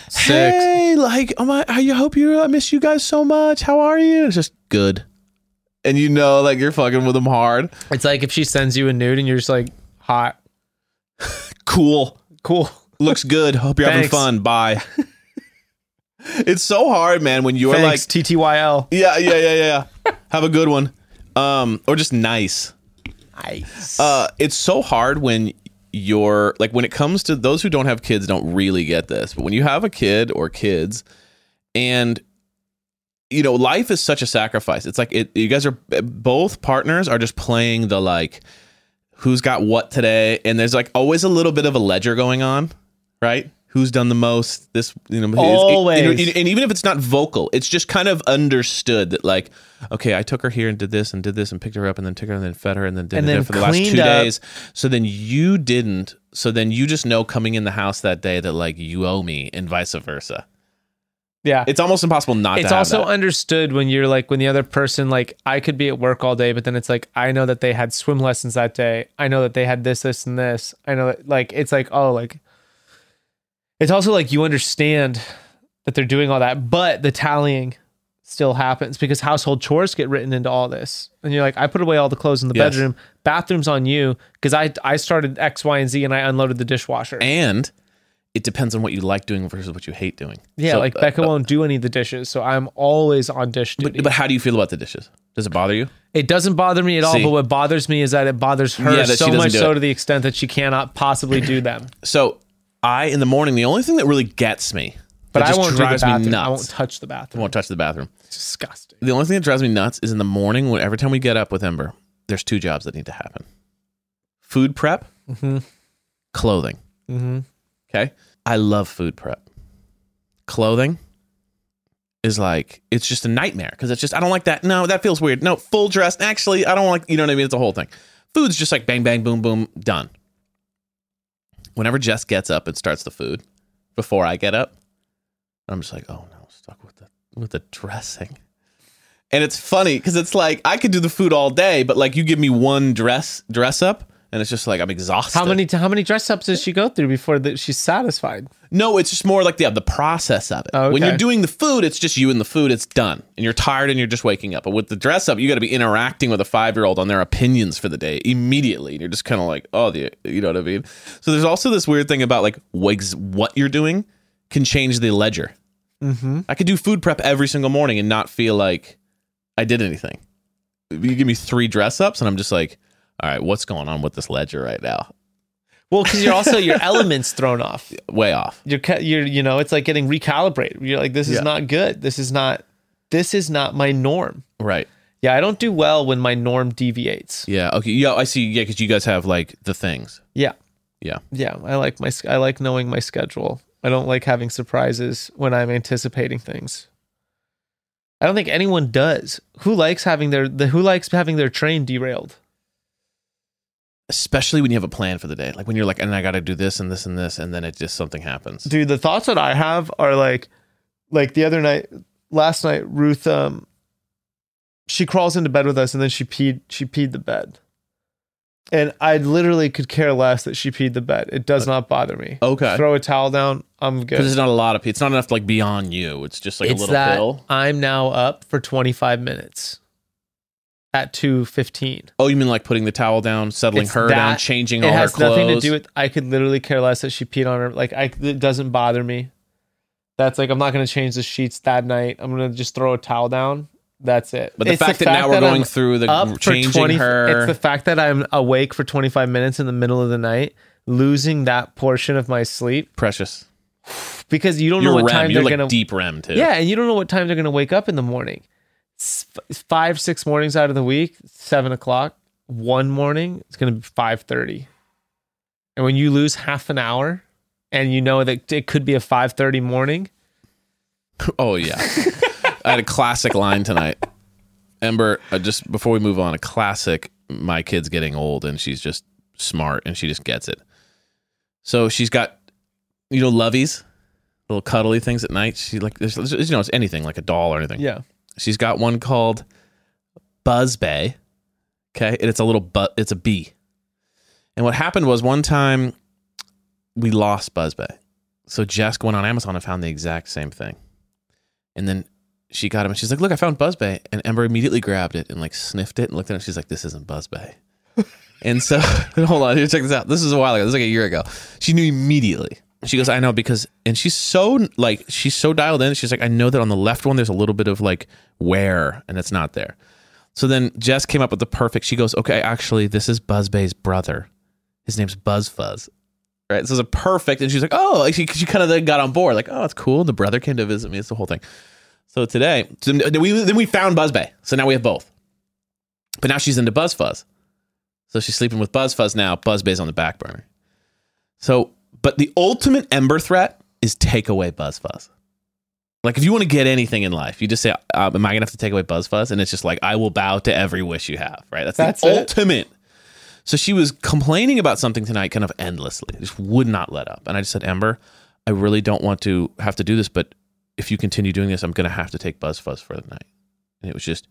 S5: Sick.
S3: Hey, like oh my I hope you I miss you guys so much. How are you? It's just good. And you know like you're fucking with them hard.
S5: It's like if she sends you a nude and you're just like hot,
S3: Cool.
S5: cool.
S3: Looks good. Hope you're having
S5: Thanks.
S3: fun. Bye. it's so hard, man, when you're
S5: Thanks,
S3: like
S5: TTYL.
S3: Yeah, yeah, yeah, yeah, yeah. Have a good one. Um, or just nice. Nice. Uh, it's so hard when you're like when it comes to those who don't have kids don't really get this, but when you have a kid or kids, and you know life is such a sacrifice. It's like it. You guys are both partners are just playing the like who's got what today, and there's like always a little bit of a ledger going on, right? Who's done the most? This you know it's- it- you know,
S5: Always.
S3: it- and even if it's not vocal, it's just kind of understood that like, okay, I took her here and did this and did this and picked her up and then took her and then fed her and then did
S5: And
S3: it
S5: then
S3: for the last
S5: cleaned
S3: two
S5: up.
S3: days. So then you didn't. So then you just know coming in the house that day that like you owe me and vice versa.
S5: Yeah.
S3: It's almost impossible not.
S5: it's
S3: to have
S5: also
S3: that.
S5: understood when you're like when the other person like i could be at work all day but then it's like i know that they had swim lessons that day i know that they had this this and this i know that like it's like oh like it's also like you understand that they're doing all that but the tallying still happens because household chores get written into all this and you're like i put away all the clothes in the
S3: Yes.
S5: bedroom bathrooms on you because i i started x y and z and i unloaded the dishwasher
S3: and it depends on what you like doing versus what you hate doing.
S5: yeah
S3: So,
S5: like
S3: uh,
S5: becca
S3: uh,
S5: won't do any of the dishes so i'm always on dish duty
S3: But, but how do you feel about the dishes? Does it bother you?
S5: It doesn't bother me at all,
S3: See.
S5: but what bothers me is that it bothers her
S3: Yeah, that she
S5: so
S3: doesn't
S5: much
S3: do
S5: so
S3: it.
S5: to the extent that she cannot possibly do them.
S3: So I in the morning, the only thing that really gets me,
S5: But
S3: that
S5: I
S3: just
S5: won't do the
S3: drives me
S5: bathroom.
S3: nuts.
S5: I won't touch the bathroom.
S3: won't touch the bathroom.
S5: It's disgusting.
S3: The only thing that drives me nuts is in the morning. When every time we get up with Ember, there's two jobs that need to happen: food prep,
S5: Mm-hmm.
S3: clothing. Mm-hmm.
S5: hmm
S3: Okay, I love food prep. Clothing is like it's just a nightmare because it's just I don't like that. No, that feels weird. No, full dress. Actually, I don't like. You know what I mean? It's a whole thing. Food's just like bang, bang, boom, boom, done. Whenever Jess gets up and starts the food before I get up, I'm just like, oh no, stuck with the with the dressing. And it's funny because it's like I could do the food all day, but like you give me one dress dress up, and it's just like I'm exhausted.
S5: How many how many dress ups does she go through before that she's satisfied?
S3: No, it's just more like the, the process of it.
S5: Oh, okay.
S3: When you're doing the food, it's just you and the food. It's done, and you're tired, and you're just waking up. But with the dress up, you got to be interacting with a five year old on their opinions for the day immediately, and you're just kind of like, oh, the you know what I mean. So there's also this weird thing about like wigs, what you're doing can change the ledger. I could do food prep every single morning and not feel like I did anything. You give me three dress ups, and I'm just like, all right, what's going on with this ledger right now?
S5: Well, because you're also your elements thrown off.
S3: Way off.
S5: You're ca- you're you know it's like getting recalibrated. You're like this is
S3: Yeah.
S5: not good. This is not this is not my norm.
S3: Right.
S5: Yeah, I don't do well when my norm deviates.
S3: Yeah. Okay. Yeah, I see. Yeah, because you guys have like the things.
S5: Yeah.
S3: Yeah.
S5: Yeah, I like my sch- I like knowing my schedule. I don't like having surprises when I'm anticipating things. I don't think anyone does. Who likes having their the who likes having their train derailed?
S3: Especially when you have a plan for the day. Like when you're like, and I got to do this and this and this, and then it just something happens.
S5: Dude, the thoughts that I have are like like the other night last night Ruth um she crawls into bed with us and then she peed she peed the bed. And I literally could care less that she peed the bed. It does not bother me.
S3: Okay.
S5: Throw a towel down. I'm good.
S3: Because it's not a lot of. It's not enough like beyond you. It's just like a
S5: it's
S3: little
S5: that
S3: pill.
S5: I'm now up for 25 minutes at 2:15.
S3: Oh, you mean like putting the towel down, settling
S5: It's
S3: her
S5: that-
S3: down, changing
S5: it
S3: all her
S5: has
S3: clothes?
S5: nothing to do with. I could literally care less that she peed on her. Like I, it doesn't bother me. That's like I'm not gonna change the sheets that night. I'm gonna just throw a towel down. That's it.
S3: But the
S5: It's
S3: fact that now we're going
S5: I'm
S3: through the-
S5: up for
S3: changing her-
S5: It's the fact that I'm awake for 25 minutes in the middle of the night, losing that portion of my sleep
S3: Precious.
S5: because you don't
S3: You're
S5: know what
S3: REM.
S5: time
S3: you're
S5: they're
S3: like
S5: gonna
S3: deep REM too.
S5: Yeah, and you don't know what time they're going to wake up in the morning. S- f- five, six mornings out of the week, seven o'clock. One morning, it's going to be five thirty. And when you lose half an hour, and you know that it could be a five thirty morning,
S3: Oh yeah. I had a classic line tonight. Ember, uh, just before we move on, a classic. My kid's getting old, and she's just smart, and she just gets it. So she's got, you know, loveys, little cuddly things at night. She like, there's, there's, you know, it's anything like a doll or anything.
S5: yeah,
S3: She's got one called Buzz Bay. Okay, and it's a little but it's a bee. And what happened was one time we lost Buzz Bay. So Jess went on Amazon and found the exact same thing. And then she got him and she's like, Look, I found Buzz Bay. And Ember immediately grabbed it and like sniffed it and looked at it and she's like, This isn't Buzz Bay. and so hold on, here, check this out. This is a while ago. This is like a year ago. She knew immediately. She goes, I know because and she's so like she's so dialed in. She's like, I know that on the left one there's a little bit of like wear and it's not there. So then Jess came up with the perfect. She goes, "Okay, actually, this is Buzz Bay's brother. His name's Buzz Fuzz." Right. So it's a perfect, and she's like, "Oh," like she she kind of then got on board, like, "Oh, it's cool." The brother came to visit me. It's the whole thing. So today, so then we then we found Buzz Bay. So now we have both. But now she's into Buzz Fuzz. So she's sleeping with Buzz Fuzz now. Buzz Bay's on the back burner. So, but the ultimate Ember threat is take away Buzz Fuzz. Like if you want to get anything in life, you just say, um, "Am I gonna have to take away Buzz Fuzz?" And it's just like, "I will bow to every wish you have." Right? That's,
S5: That's
S3: the
S5: it.
S3: ultimate. So she was complaining about something tonight, kind of endlessly. Just would not let up. And I just said, "Ember, I really don't want to have to do this, but if you continue doing this, I'm gonna have to take Buzz Fuzz for the night." And it was just,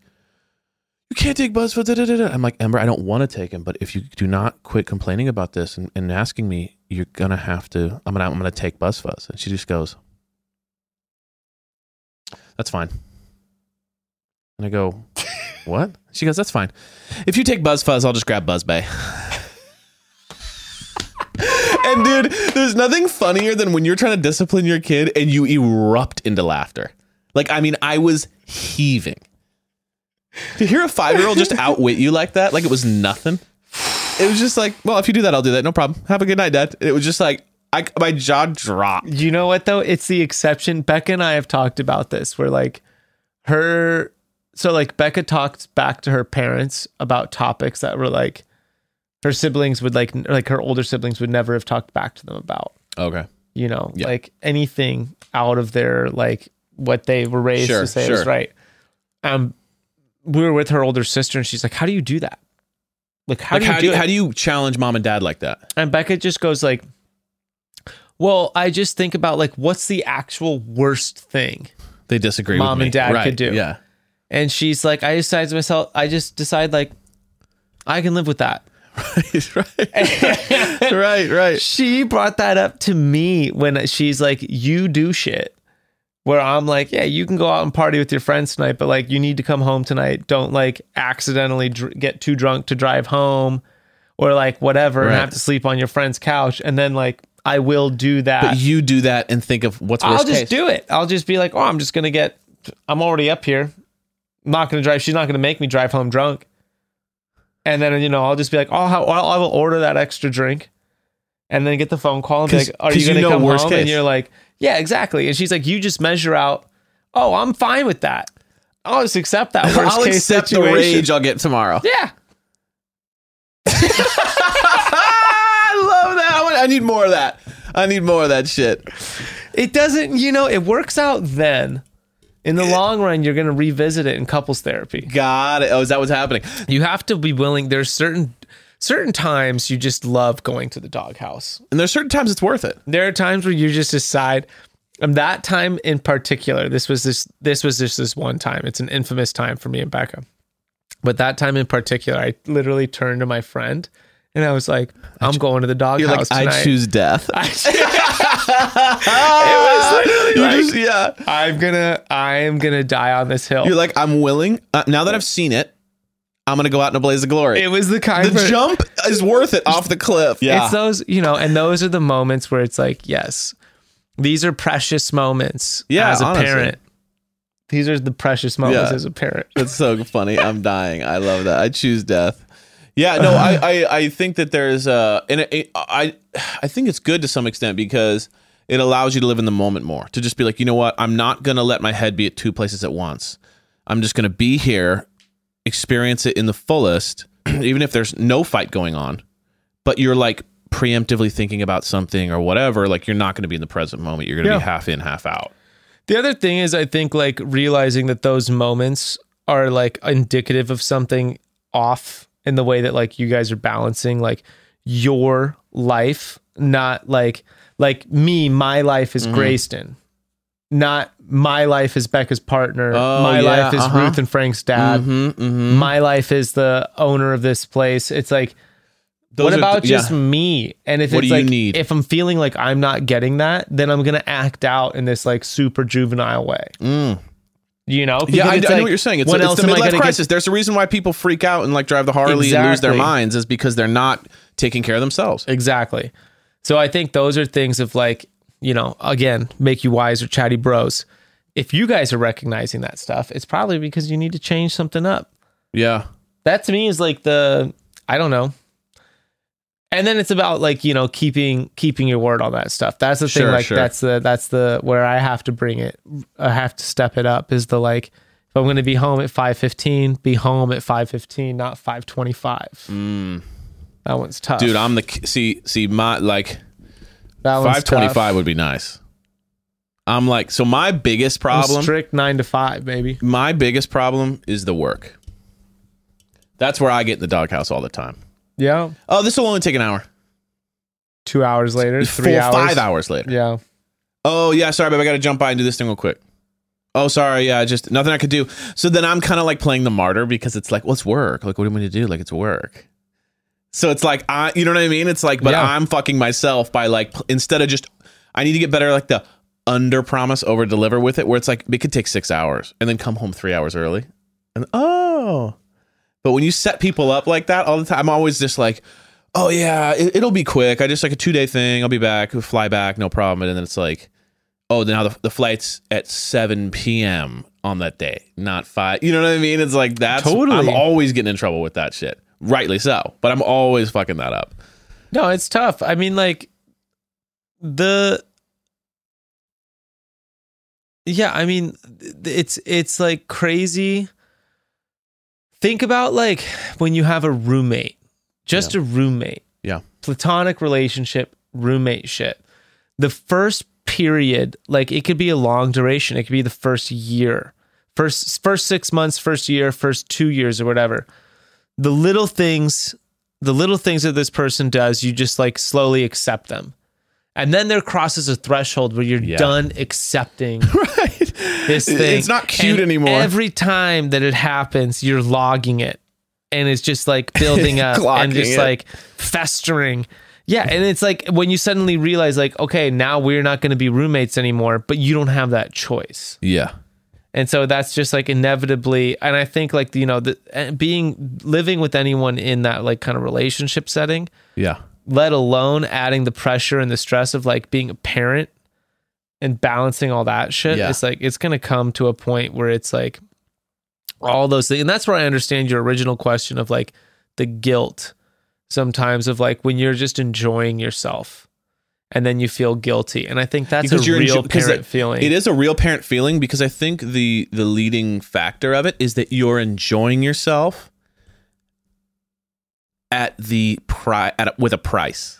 S3: "You can't take Buzz Fuzz." Da, da, da, da." I'm like, "Ember, I don't want to take him, but if you do not quit complaining about this and, and asking me, you're gonna have to. I'm gonna I'm gonna take Buzz Fuzz." And she just goes, that's fine. And I go, what? She goes, that's fine. If you take Buzz Fuzz, I'll just grab Buzz Bay. and dude, there's nothing funnier than when you're trying to discipline your kid and you erupt into laughter. Like, I mean, I was heaving. To hear a five year old just outwit you like that, like it was nothing. It was just like, well, if you do that, I'll do that. No problem. Have a good night, Dad. It was just like, I, my jaw dropped.
S5: you know what though? It's the exception. Becca and I have talked about this, where like her, so like Becca talked back to her parents about topics that were like her siblings would like like her older siblings would never have talked back to them about.
S3: Okay.
S5: you know,
S3: Yeah.
S5: like anything out of their like what they were raised
S3: Sure,
S5: to say
S3: sure.
S5: is right. Um, we were with her older sister, and she's like, "How do you do that? Like, how
S3: Like,
S5: do you
S3: how,
S5: do
S3: do you,
S5: it?"
S3: how do you challenge mom and dad like that?
S5: and Becca just goes like, "Well, I just think about like what's the actual worst thing."
S3: they disagree
S5: mom
S3: with me.
S5: and dad
S3: Right,
S5: could do.
S3: Yeah.
S5: And she's like, "I decide to myself. I just decide like I can live with that."
S3: right. right, right.
S5: she brought that up to me when she's like, "You do shit," where I'm like, "Yeah, you can go out and party with your friends tonight, but like, you need to come home tonight. Don't like accidentally dr- get too drunk to drive home, or like whatever, and
S3: Right.
S5: have to sleep on your friend's couch." And then like, I will do that.
S3: But you do that and think of what's worst
S5: I'll just
S3: case.
S5: do it. I'll just be like, "Oh, I'm just gonna get. I'm already up here. I'm not gonna drive. She's not gonna make me drive home drunk." And then you know, I'll just be like, "Oh, how, I'll, I will order that extra drink," and then get the phone call and be
S3: 'Cause-
S5: like, "Are
S3: 'cause
S5: you
S3: you
S5: gonna
S3: know
S5: come
S3: worst
S5: home?" And
S3: case.
S5: you're like, "Yeah, exactly." And she's like, "You just measure out. Oh, I'm fine with that. I'll just accept that worst
S3: I'll
S5: case
S3: accept
S5: situation."
S3: the rage I'll get tomorrow.
S5: Yeah,
S3: I love that. I, want- I need more of that. I need more of that shit.
S5: it doesn't. You know, it works out then. In the long run, you're going to revisit it in couples therapy.
S3: Got it. Oh, is that what's happening?
S5: You have to be willing. There's certain certain times you just love going to the doghouse.
S3: And there's certain times it's worth it.
S5: There are times where you just decide. And that time in particular, this was this this was just this one time. It's an infamous time for me and Becca. But that time in particular, I literally turned to my friend and I was like, "I'm going to the
S3: You're
S5: doghouse
S3: like, I
S5: tonight."
S3: choose death.
S5: it was literally
S3: you
S5: like,
S3: just, yeah.
S5: I'm gonna I'm gonna die on this hill.
S3: You're like, I'm willing. Uh, now that I've seen it, I'm gonna go out in a blaze of glory.
S5: it was the kind
S3: the
S5: where-
S3: jump is worth it off the cliff.
S5: It's those, you know, and those are the moments where it's like, yes, these are precious moments
S3: Yeah,
S5: as a
S3: honestly.
S5: parent. These are the precious moments
S3: Yeah.
S5: as a parent.
S3: That's so funny. I'm dying. I love that. I choose death. Yeah, no, I, I, I think that there's uh and it, it- I I think it's good to some extent because it allows you to live in the moment more. To just be like, you know what, I'm not gonna let my head be at two places at once. I'm just gonna be here, experience it in the fullest, even if there's no fight going on. But you're like preemptively thinking about something or whatever. Like you're not gonna be in the present moment. You're gonna
S5: Yeah.
S3: be half in, half out.
S5: The other thing is, I think like realizing that those moments are like indicative of something off in the way that like you guys are balancing like your life, not like like me. My life
S3: Mm-hmm.
S5: is Grayston, not my life is Becca's partner.
S3: Oh,
S5: my
S3: yeah,
S5: life is
S3: uh-huh. Mm-hmm.
S5: Ruth and Frank's dad. My life is the owner of this place. It's like
S3: Those
S5: what
S3: are
S5: about
S3: th- yeah.
S5: just me? And if
S3: What
S5: it's
S3: do you
S5: like,
S3: need?
S5: if I'm feeling like I'm not getting that, then I'm gonna act out in this like super juvenile way. You know?
S3: Mm. Yeah,
S5: Because
S3: I,
S5: it's
S3: I know
S5: like,
S3: what you're saying. It's,
S5: when
S3: it's
S5: else
S3: the
S5: am I
S3: midlife
S5: gonna get-
S3: crisis. There's a reason why people freak out and like drive the Harley and lose their
S5: Exactly.
S3: minds is because they're not taking care of themselves.
S5: Exactly. So I think those are things of like, you know, again, make you wiser, chatty bros. If you guys are recognizing that stuff, it's probably because you need to change something up.
S3: Yeah,
S5: that to me is like the I don't know. And then it's about like you know keeping keeping your word on that stuff. That's the
S3: Sure,
S5: thing. Like
S3: sure.
S5: that's the that's the where I have to bring it. I have to step it up. Is the like if I'm going to be home at five fifteen, be home at five fifteen, not five twenty five. That one's tough,
S3: Mm. dude, I'm the k- see see my like
S5: that one's
S3: five twenty
S5: tough.
S3: five would be nice. I'm like so my biggest
S5: I'm
S3: problem
S5: Strict nine to five, baby.
S3: my biggest problem is the work. That's where I get in the doghouse all the time.
S5: Yeah,
S3: Oh, this will only take an hour.
S5: two hours later, three
S3: Full
S5: hours,
S3: five hours later.
S5: Yeah,
S3: Oh yeah, sorry, babe. I gotta jump by and do this thing real quick. Oh, sorry. Yeah, I just nothing I could do. So then I'm kind of like playing the martyr because it's like, well, it's work. Like, what am I to do? Like, it's work. So it's like I, you know what I mean? It's like, but
S5: Yeah.
S3: I'm fucking myself by like pl- instead of just, I need to get better like the under promise over deliver with it, where it's like it could take six hours and then come home three hours early, and oh, but when you set people up like that all the time, I'm always just like, oh yeah, it, it'll be quick. I just like a two day thing. I'll be back. We'll fly back, no problem. And then it's like, oh, now the, the flight's at 7 p.m. on that day, not five. You know what I mean? It's like that's
S5: Totally.
S3: I'm always getting in trouble with that shit. Rightly so, but I'm always fucking that up.
S5: No, it's tough. I mean, like the yeah. I mean, th- it's it's like crazy. Think about like when you have a roommate, just a roommate,
S3: Yeah.
S5: platonic relationship, roommate shit. The first period, like it could be a long duration. It could be the first year, first first six months, first year, first two years, or whatever. The little things the little things that this person does, you just like slowly accept them. And then there crosses a threshold where you're
S3: Yeah.
S5: done accepting this
S3: It-
S5: thing.
S3: it's not cute
S5: And
S3: anymore.
S5: Every time that it happens, you're logging it. And it's just like building up and
S3: Clocking
S5: just
S3: it.
S5: like festering. Yeah. And it's like when you suddenly realize, like, okay, now we're not going to be roommates anymore, but you don't have that choice.
S3: Yeah.
S5: And so that's just like inevitably, and I think like you know, the, eh, being living with anyone in that like kind of relationship setting,
S3: Yeah.
S5: let alone adding the pressure and the stress of like being a parent and balancing all that shit.
S3: Yeah.
S5: It's like it's gonna come to a point where it's like all those things, and that's where I understand your original question of like the guilt sometimes of like when you're just enjoying yourself, and then you feel guilty, and I think that's a real
S3: enjo- 'cause
S5: parent
S3: it-
S5: feeling.
S3: It is a real parent feeling because I think the the leading factor of it is that you're enjoying yourself at the pri- at a, with a price.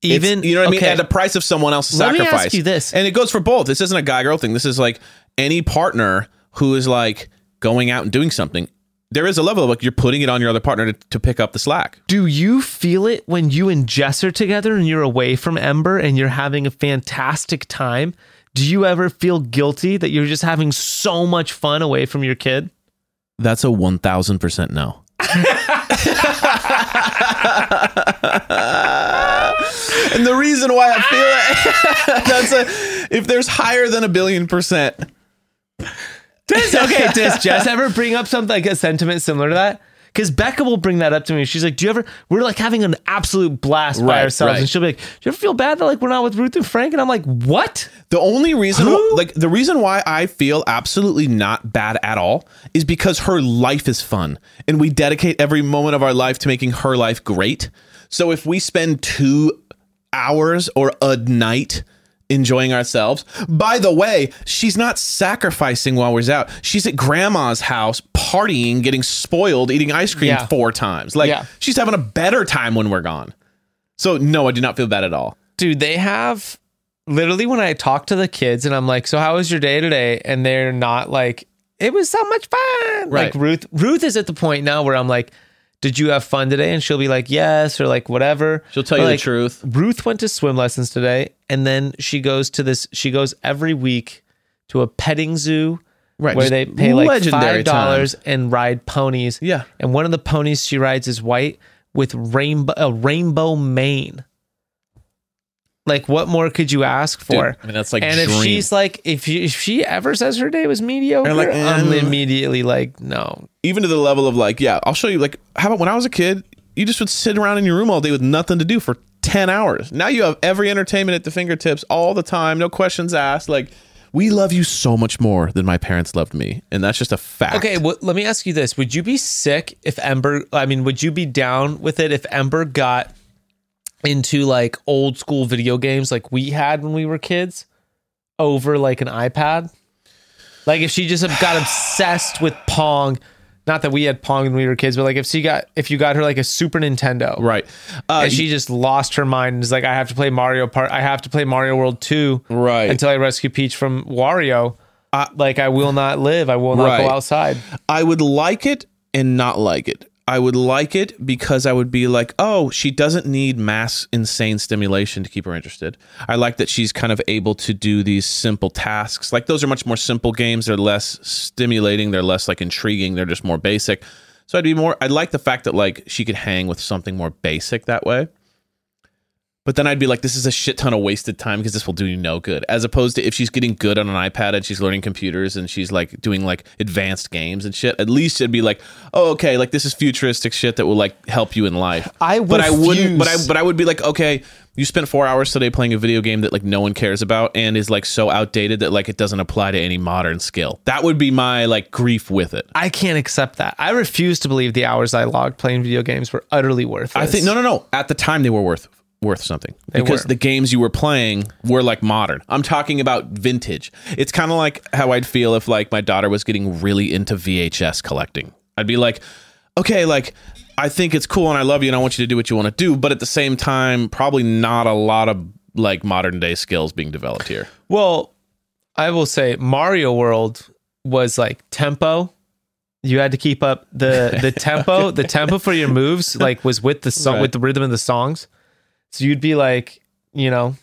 S3: It's-
S5: even
S3: you know what I mean
S5: okay.
S3: at the price of someone else's
S5: Let me ask
S3: sacrifice.
S5: you this.
S3: and it goes for both. This isn't a guy girl thing. This is like any partner who is like going out and doing something, there is a level of like you're putting it on your other partner to, to pick up the slack.
S5: Do you feel it when you and Jess are together and you're away from Ember and you're having a fantastic time? Do you ever feel guilty that you're just having so much fun away from your kid?
S3: That's a 1000% no. and the reason why I feel it, that's a, if there's higher than a billion percent,
S5: Does okay, does Jess ever bring up something like a sentiment similar to that? Because Becca will bring that up to me. She's like, "Do you ever?" We're like having an absolute blast by
S3: Right,
S5: ourselves,
S3: right.
S5: and she'll be like, "Do you ever feel bad that like we're not with Ruth and Frank?" And I'm like, "What?"
S3: The only reason,
S5: Who?
S3: like, the reason why I feel absolutely not bad at all is because her life is fun and we dedicate every moment of our life to making her life great. So if we spend two hours or a night enjoying ourselves, by the way, she's not sacrificing while we're out. She's at grandma's house partying, getting spoiled, eating ice cream
S5: Yeah.
S3: four times. Like,
S5: Yeah.
S3: she's having a better time when we're gone. So, no, I do not feel bad at all.
S5: dude, they have literally when I talk to the kids and I'm like, so how was your day today? And they're not like, it was so much fun. Like
S3: Right.
S5: Ruth, Ruth is at the point now where I'm like, did you have fun today? And she'll be like, yes, or like whatever.
S3: She'll tell
S5: But,
S3: you
S5: like,
S3: the truth.
S5: Ruth went to swim lessons today, and then she goes to this. She goes every week to a petting zoo,
S3: Right,
S5: Where
S3: just
S5: they pay like
S3: legendary
S5: five dollars and ride ponies.
S3: Yeah.
S5: and one of the ponies she rides is white with rainbow a rainbow mane. Like, what more could you ask for?
S3: I mean, that's like
S5: and if
S3: dream.
S5: she's like, if, you, if she ever says her day was mediocre,
S3: They're like,
S5: I'm
S3: "Mm."
S5: immediately like, no,
S3: even to the level of like, yeah, I'll show you. Like, how about when I was a kid, you just would sit around in your room all day with nothing to do for 10 hours. Now you have every entertainment at the fingertips all the time, no questions asked. Like, we love you so much more than my parents loved me. And that's just a fact.
S5: Okay, well, let me ask you this: Would you be sick if Ember? I mean, would you be down with it if Ember got into like old school video games like we had when we were kids over like an iPad? Like if she just got obsessed with Pong. Not that we had Pong when we were kids, but like if she got if you got her like a Super Nintendo,
S3: Right. Uh,
S5: and she just lost her mind and is like, I have to play Mario Part, I have to play Mario World Two,
S3: Right.
S5: Until I rescue Peach from Wario, like I will not live, I will not
S3: Right.
S5: go outside.
S3: I would like it and not like it. I would like it because I would be like, oh, she doesn't need mass insane stimulation to keep her interested. I like that she's kind of able to do these simple tasks. Like those are much more simple games. They're less stimulating. They're less like intriguing. They're just more basic. So I'd be more. I'd like the fact that like she could hang with something more basic that way. But then I'd be like, this is a shit ton of wasted time because this will do you no good. As opposed to if she's getting good on an iPad and she's learning computers and she's like doing like advanced games and shit, at least it'd be like, oh, okay, like this is futuristic shit that will like help you in life.
S5: I
S3: but I wouldn't, but I,
S5: refuse.
S3: but I would be like, okay, you spent four hours today playing a video game that like no one cares about and is like so outdated that like it doesn't apply to any modern skill. That would be my like grief with it.
S5: I can't accept that. I refuse to believe the hours I logged playing video games were utterly worthless.
S3: I think no, no, no. At the time, they were worth worth something because
S5: were.
S3: the games you were playing were like modern. I'm talking about vintage. It's kind of like how I'd feel if like my daughter was getting really into VHS collecting. I'd be like, okay, like I think it's cool and I love you and I want you to do what you want to do, but at the same time, probably not a lot of like modern day skills being developed here.
S5: Well, I will say Mario World was like tempo. You had to keep up the the tempo. The tempo for your moves like was with the song
S3: Right.
S5: with the rhythm of the songs. So you'd be like, you know,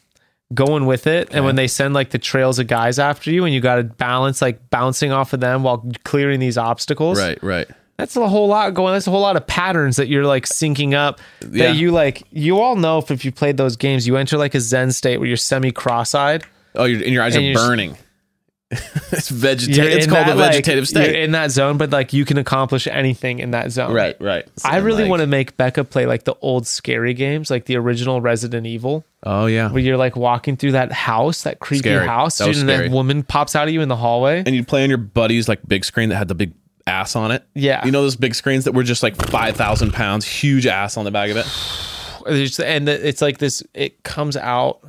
S5: going with it. And when they send like the trails of guys after you, and you got to balance like bouncing off of them while clearing these obstacles.
S3: right.
S5: that's a whole lot going that's a whole lot of patterns that you're like syncing up
S3: Yeah.
S5: that you like you all know if, if you played those games you enter like a zen state where you're semi cross-eyed
S3: Oh, your and your eyes
S5: And
S3: are
S5: you're s-
S3: burning. it's
S5: You're
S3: vegetative. It's
S5: in
S3: called
S5: that,
S3: a
S5: like-
S3: vegetative
S5: you're
S3: state.
S5: in that zone but like you can accomplish anything in that zone
S3: Right, right.
S5: i really want
S3: to.
S5: to make becca play like the old scary games like the original resident evil
S3: Oh yeah.
S5: where you're like walking through that house that creepy
S3: Scary.
S5: house
S3: That
S5: dude,
S3: was
S5: and
S3: scary.
S5: that woman pops out of you in the hallway
S3: and you'd play on your buddy's like big screen that had the big ass on it.
S5: Yeah.
S3: You know those big screens that were just like 5,000 pounds, huge ass on the back of it?
S5: There's- and it's like this it comes out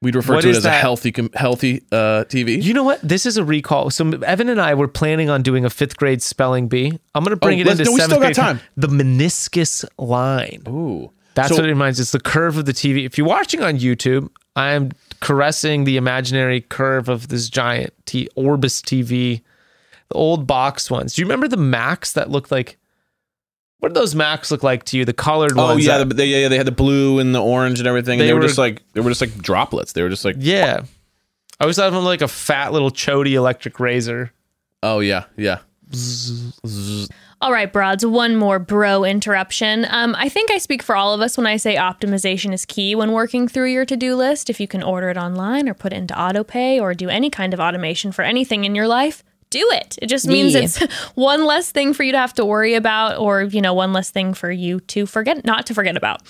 S3: We'd refer
S5: What
S3: to it
S5: is
S3: as a
S5: that?
S3: healthy, com- healthy uh, TV.
S5: You know what? This is a recall. So Evan and I were planning on doing a fifth grade spelling bee. I'm going to bring
S3: Oh,
S5: it
S3: let's-
S5: into
S3: no, we
S5: seventh
S3: still got
S5: grade.
S3: time.
S5: The meniscus line.
S3: Ooh.
S5: That's
S3: So-
S5: what it reminds. It's the curve of the TV. If you're watching on YouTube, I am caressing the imaginary curve of this giant T Orbis TV. the old box ones. Do you remember the Macs that looked like? What did those Macs look like to you? The colored
S3: Oh
S5: ones.
S3: yeah,
S5: that-
S3: the, they, yeah, yeah, they had the blue and the orange and everything. and
S5: They
S3: they were,
S5: were-
S3: just like they were just like droplets. They were just like
S5: yeah. I always thought of them like a fat little chody electric razor.
S3: oh yeah, yeah.
S6: All right, broads, one more bro interruption. Um, I think I speak for all of us when I say optimization is key when working through your to do list. If you can order it online or put it into autopay or do any kind of automation for anything in your life, do it. It just means
S7: Yeah.
S6: it's one less thing for you to have to worry about, or you know, one less thing for you to forget not to forget about.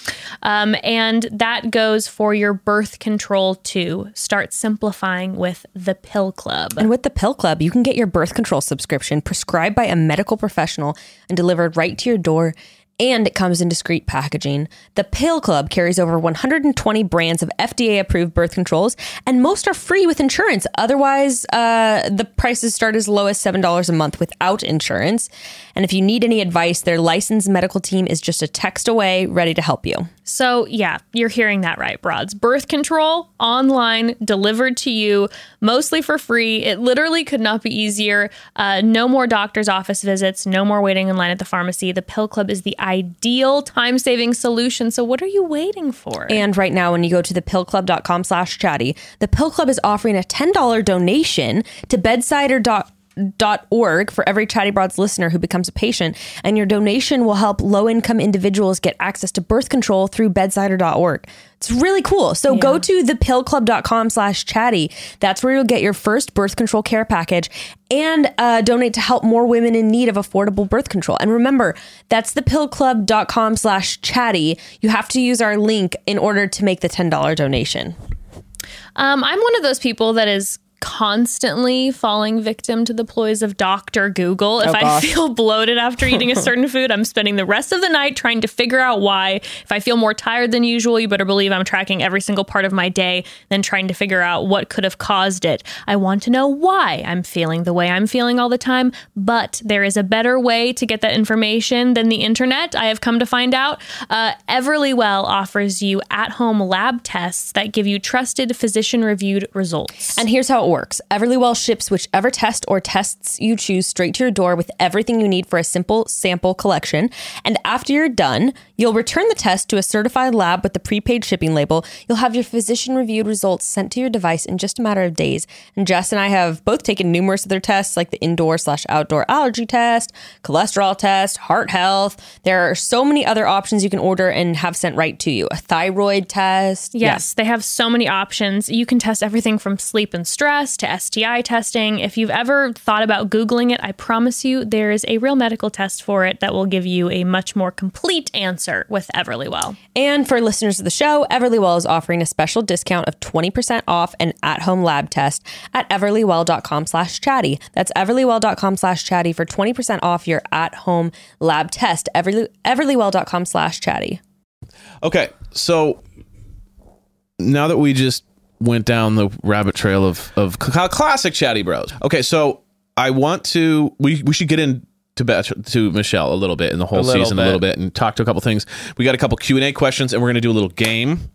S6: Um, and that goes for your birth control too. Start simplifying with the pill club.
S7: And with the Pill Club, you can get your birth control subscription prescribed by a medical professional and delivered right to your door. And it comes in discreet packaging. The Pill Club carries over 120 brands of FDA approved birth controls, and most are free with insurance. Otherwise, uh, the prices start as low as $7 a month without insurance. And if you need any advice, their licensed medical team is just a text away, ready to help you.
S6: So, yeah, you're hearing that right, broads. Birth control online delivered to you mostly for free. It literally could not be easier. Uh, no more doctor's office visits, no more waiting in line at the pharmacy. The pill club is the ideal time saving solution. So, what are you waiting for?
S7: And right now, when you go to thepillclub.com slash chatty, the Pill Club is offering a $10 donation to bedsider.org for every Chatty Broads listener who becomes a patient. And your donation will help low income individuals get access to birth control through bedsider.org. It's really cool. So go to thepillclub.com slash chatty. That's where you'll get your first birth control care package and uh, donate to help more women in need of affordable birth control. And remember, that's thepillclub.com slash chatty. You have to use our link in order to make the $10 donation.
S6: Um, I'm one of those people that is constantly falling victim to the ploys of Dr. Google. If I feel bloated after eating a certain food, I'm spending the rest of the night trying to figure out why. If I feel more tired than usual, you better believe I'm tracking every single part of my day, then trying to figure out what could have caused it. I want to know why I'm feeling the way I'm feeling all the time, but there is a better way to get that information than the internet. I have come to find out. Uh, Everlywell offers you at home lab tests that give you trusted physician reviewed results.
S7: And here's how it works Everlywell ships whichever test or tests you choose straight to your door with everything you need for a simple sample collection. And after you're done, you'll return the test to a certified lab with the prepaid shipping label. You'll have your physician reviewed results sent to your device in just a matter of days. And Jess and I have both taken numerous of their tests, like the indoor slash outdoor allergy test, cholesterol test, heart health. There are so many other options you can order and have sent right to you a thyroid test. Yeah.
S6: Yes, they have so many options. You can test everything from sleep and stress to STI testing. If you've ever thought about Googling it, I promise you there is a real medical test for it that will give you a much more complete answer with Everlywell.
S7: And for listeners of the show, Everlywell is offering a special discount of 20% off an at-home lab test at everlywell.com slash chatty. That's everlywell.com slash chatty for 20% off your at-home lab test. Everly, everlywell.com slash chatty.
S3: Okay, so now that we just went down the rabbit trail of of cl- classic chatty bros. Okay, so I want to we we should get in to Beth, to Michelle a little bit in the whole
S5: little
S3: season a little bit and talk to a couple things. We got a couple Q and A questions and we're gonna do a little game.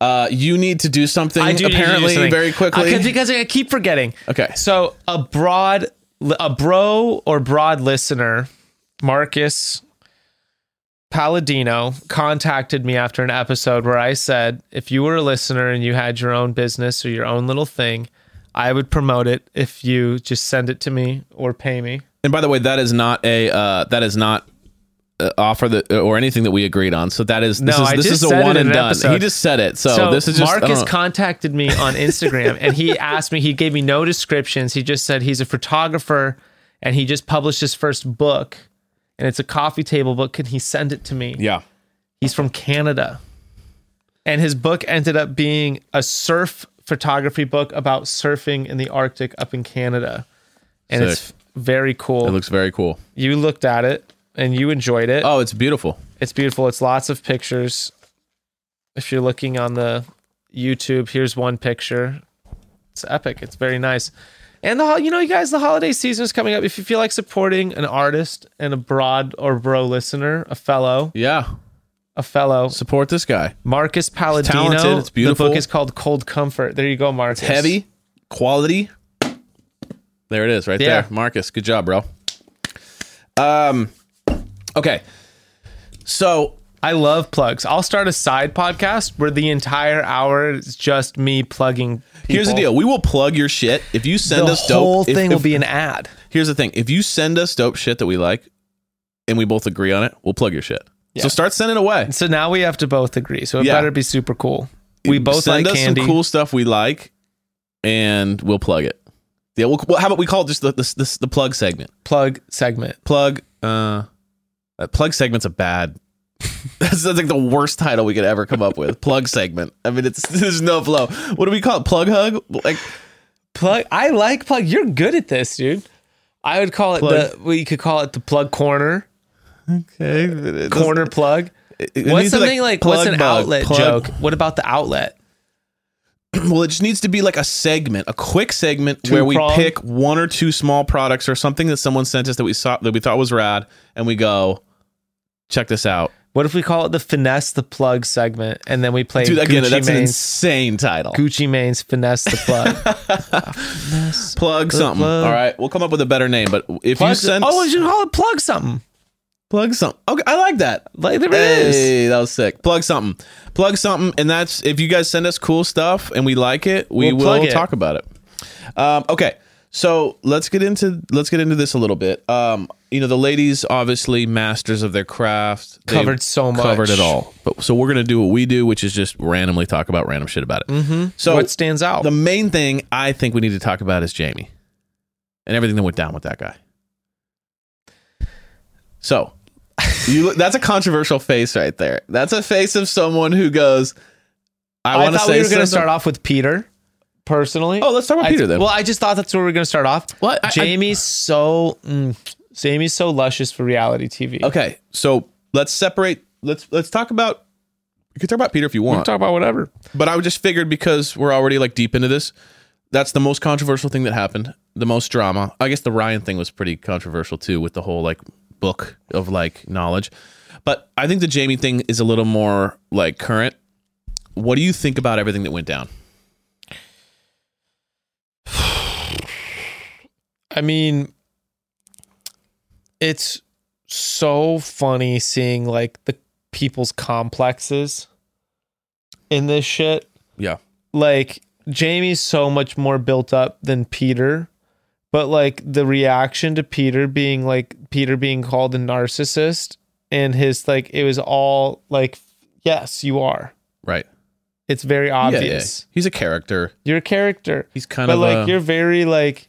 S3: Uh, you need to do something
S5: I do need to do
S3: apparently
S5: something.
S3: very quickly.
S5: Uh, because I keep forgetting.
S3: Okay.
S5: So a broad, a bro or broad listener, Marcus Palladino, contacted me after an episode where I said, if you were a listener and you had your own business or your own little thing, I would promote it if you just send it to me or pay me.
S3: And by the way, that is not a uh, that is not uh, offer that or anything that we agreed on. So that is this
S5: No,
S3: is
S5: I
S3: this
S5: just
S3: is a
S5: said it
S3: one
S5: in
S3: and
S5: an
S3: done.
S5: episode.
S3: He just said it. So, this is just I
S5: Marcus
S3: don't know.
S5: contacted me on Instagram and he asked me, he gave me no descriptions. He just said he's a photographer and he just published his first book and it's a coffee table book. Can he send it to me?
S3: yeah.
S5: He's from Canada. And his book ended up being a surf photography book about surfing in the Arctic up in Canada. And it's
S3: Sick.
S5: very cool.
S3: It looks very cool.
S5: you looked at it and you enjoyed it.
S3: Oh, it's beautiful.
S5: It's beautiful. It's lots of pictures. If you're looking on the YouTube, here's one picture. It's epic. It's very nice. And the hol- you know, you guys, the holiday season is coming up. If you feel like supporting an artist and a broad or bro listener, a fellow,
S3: Yeah.
S5: a fellow,
S3: Support this guy.
S5: Marcus Palladino.
S3: talented. It's
S5: The
S3: beautiful.
S5: book is called Cold Comfort. There you go, Marcus.
S3: Heavy, quality. There it is, right
S8: Yeah.
S3: there. Marcus, good job, bro. Um, okay. So
S5: I love plugs. I'll start a side podcast where the entire hour is just me plugging. People.
S3: here's the deal: we will plug your shit if you send
S5: the
S3: us dope.
S5: whole
S3: if-
S5: thing will
S3: if-
S5: be an ad.
S3: Here's the thing: if you send us dope shit that we like, and we both agree on it, we'll plug your shit. So start sending away.
S5: So now we have to both agree. So it
S3: Yeah.
S5: better be super cool. We both
S3: send
S5: like
S3: us
S5: candy.
S3: some cool stuff we like, and we'll plug it. Yeah, we'll, well, how about we call it just the the, the, the plug segment?
S5: plug segment.
S3: Plug. Uh, that plug segment's a bad. that's, that's like the worst title we could ever come up with. plug segment. I mean, it's there's no flow. What do we call it? Plug hug. Like
S5: Plug. I like plug. You're good at this, dude. I would call it
S3: Plug.
S5: the. We could call it the plug corner.
S3: okay, it doesn't-
S5: Corner plug.
S3: it- it
S5: What's
S3: needs to,
S5: something like, what's
S3: plug
S5: an
S3: bug,
S5: outlet
S3: plug-
S5: joke? What about the outlet?
S3: Well, it just needs to be like a segment, a quick segment where we
S5: Two-prong?
S3: pick one or two small products or something that someone sent us that we saw that we thought was rad, and we go, check this out.
S5: What if we call it the finesse the plug segment, and then we play
S3: Dude, again,
S5: Gucci
S3: that's an
S5: Mane's
S3: insane title.
S5: Gucci Mane's finesse the plug.
S3: plug something.
S5: plug.
S3: All right, we'll come up with a better name. But if you
S5: Plug-
S3: send,
S5: oh, you should call it plug something.
S3: plug something. Okay, I like that.
S5: Like there it is.
S3: Hey, that was sick. Plug something. Plug something, and that's if you guys send us cool stuff and we like it, we
S5: We'll
S3: will
S5: plug it.
S3: talk about it. Um, okay, so let's get into let's get into this a little bit. Um, you know, the ladies obviously masters of their craft, They've
S5: Covered so much.
S3: covered it all. But so we're gonna do what we do, which is just randomly talk about random shit about it. Mm-hmm. So
S5: what stands out?
S3: the main thing I think we need to talk about is Jamie and everything that went down with that guy. So, you look, that's a controversial face right there. That's a face of someone who goes, "I
S5: I,
S3: want to
S5: thought
S3: say."
S5: we were going
S3: something."
S5: to start off with Peter, personally.
S3: Oh, let's talk about
S5: I-
S3: Peter then.
S5: Well, I just thought that's where we are going to start off.
S3: What? I- I-
S5: Jamie's so mm, Jamie's so luscious for reality TV.
S3: okay, so let's separate. Let's let's talk about. You can talk about Peter if you want,
S5: talk about whatever.
S3: but I just figured because we're already like deep into this, that's the most controversial thing that happened. The most drama. I guess the Ryan thing was pretty controversial too, with the whole like book of like knowledge. But I think the Jamie thing is a little more like current. What do you think about everything that went down?
S5: I mean, it's so funny seeing like the people's complexes in this shit.
S3: Yeah.
S5: like Jamie's so much more built up than Peter, but like the reaction to Peter being like Peter being called a narcissist and his like it was all like yes, you are.
S3: Right.
S5: It's very
S3: Yeah, yeah.
S5: obvious.
S3: He's a character.
S5: You're a character.
S3: He's kind
S5: but
S3: of uh,
S5: like
S3: like
S5: you're very like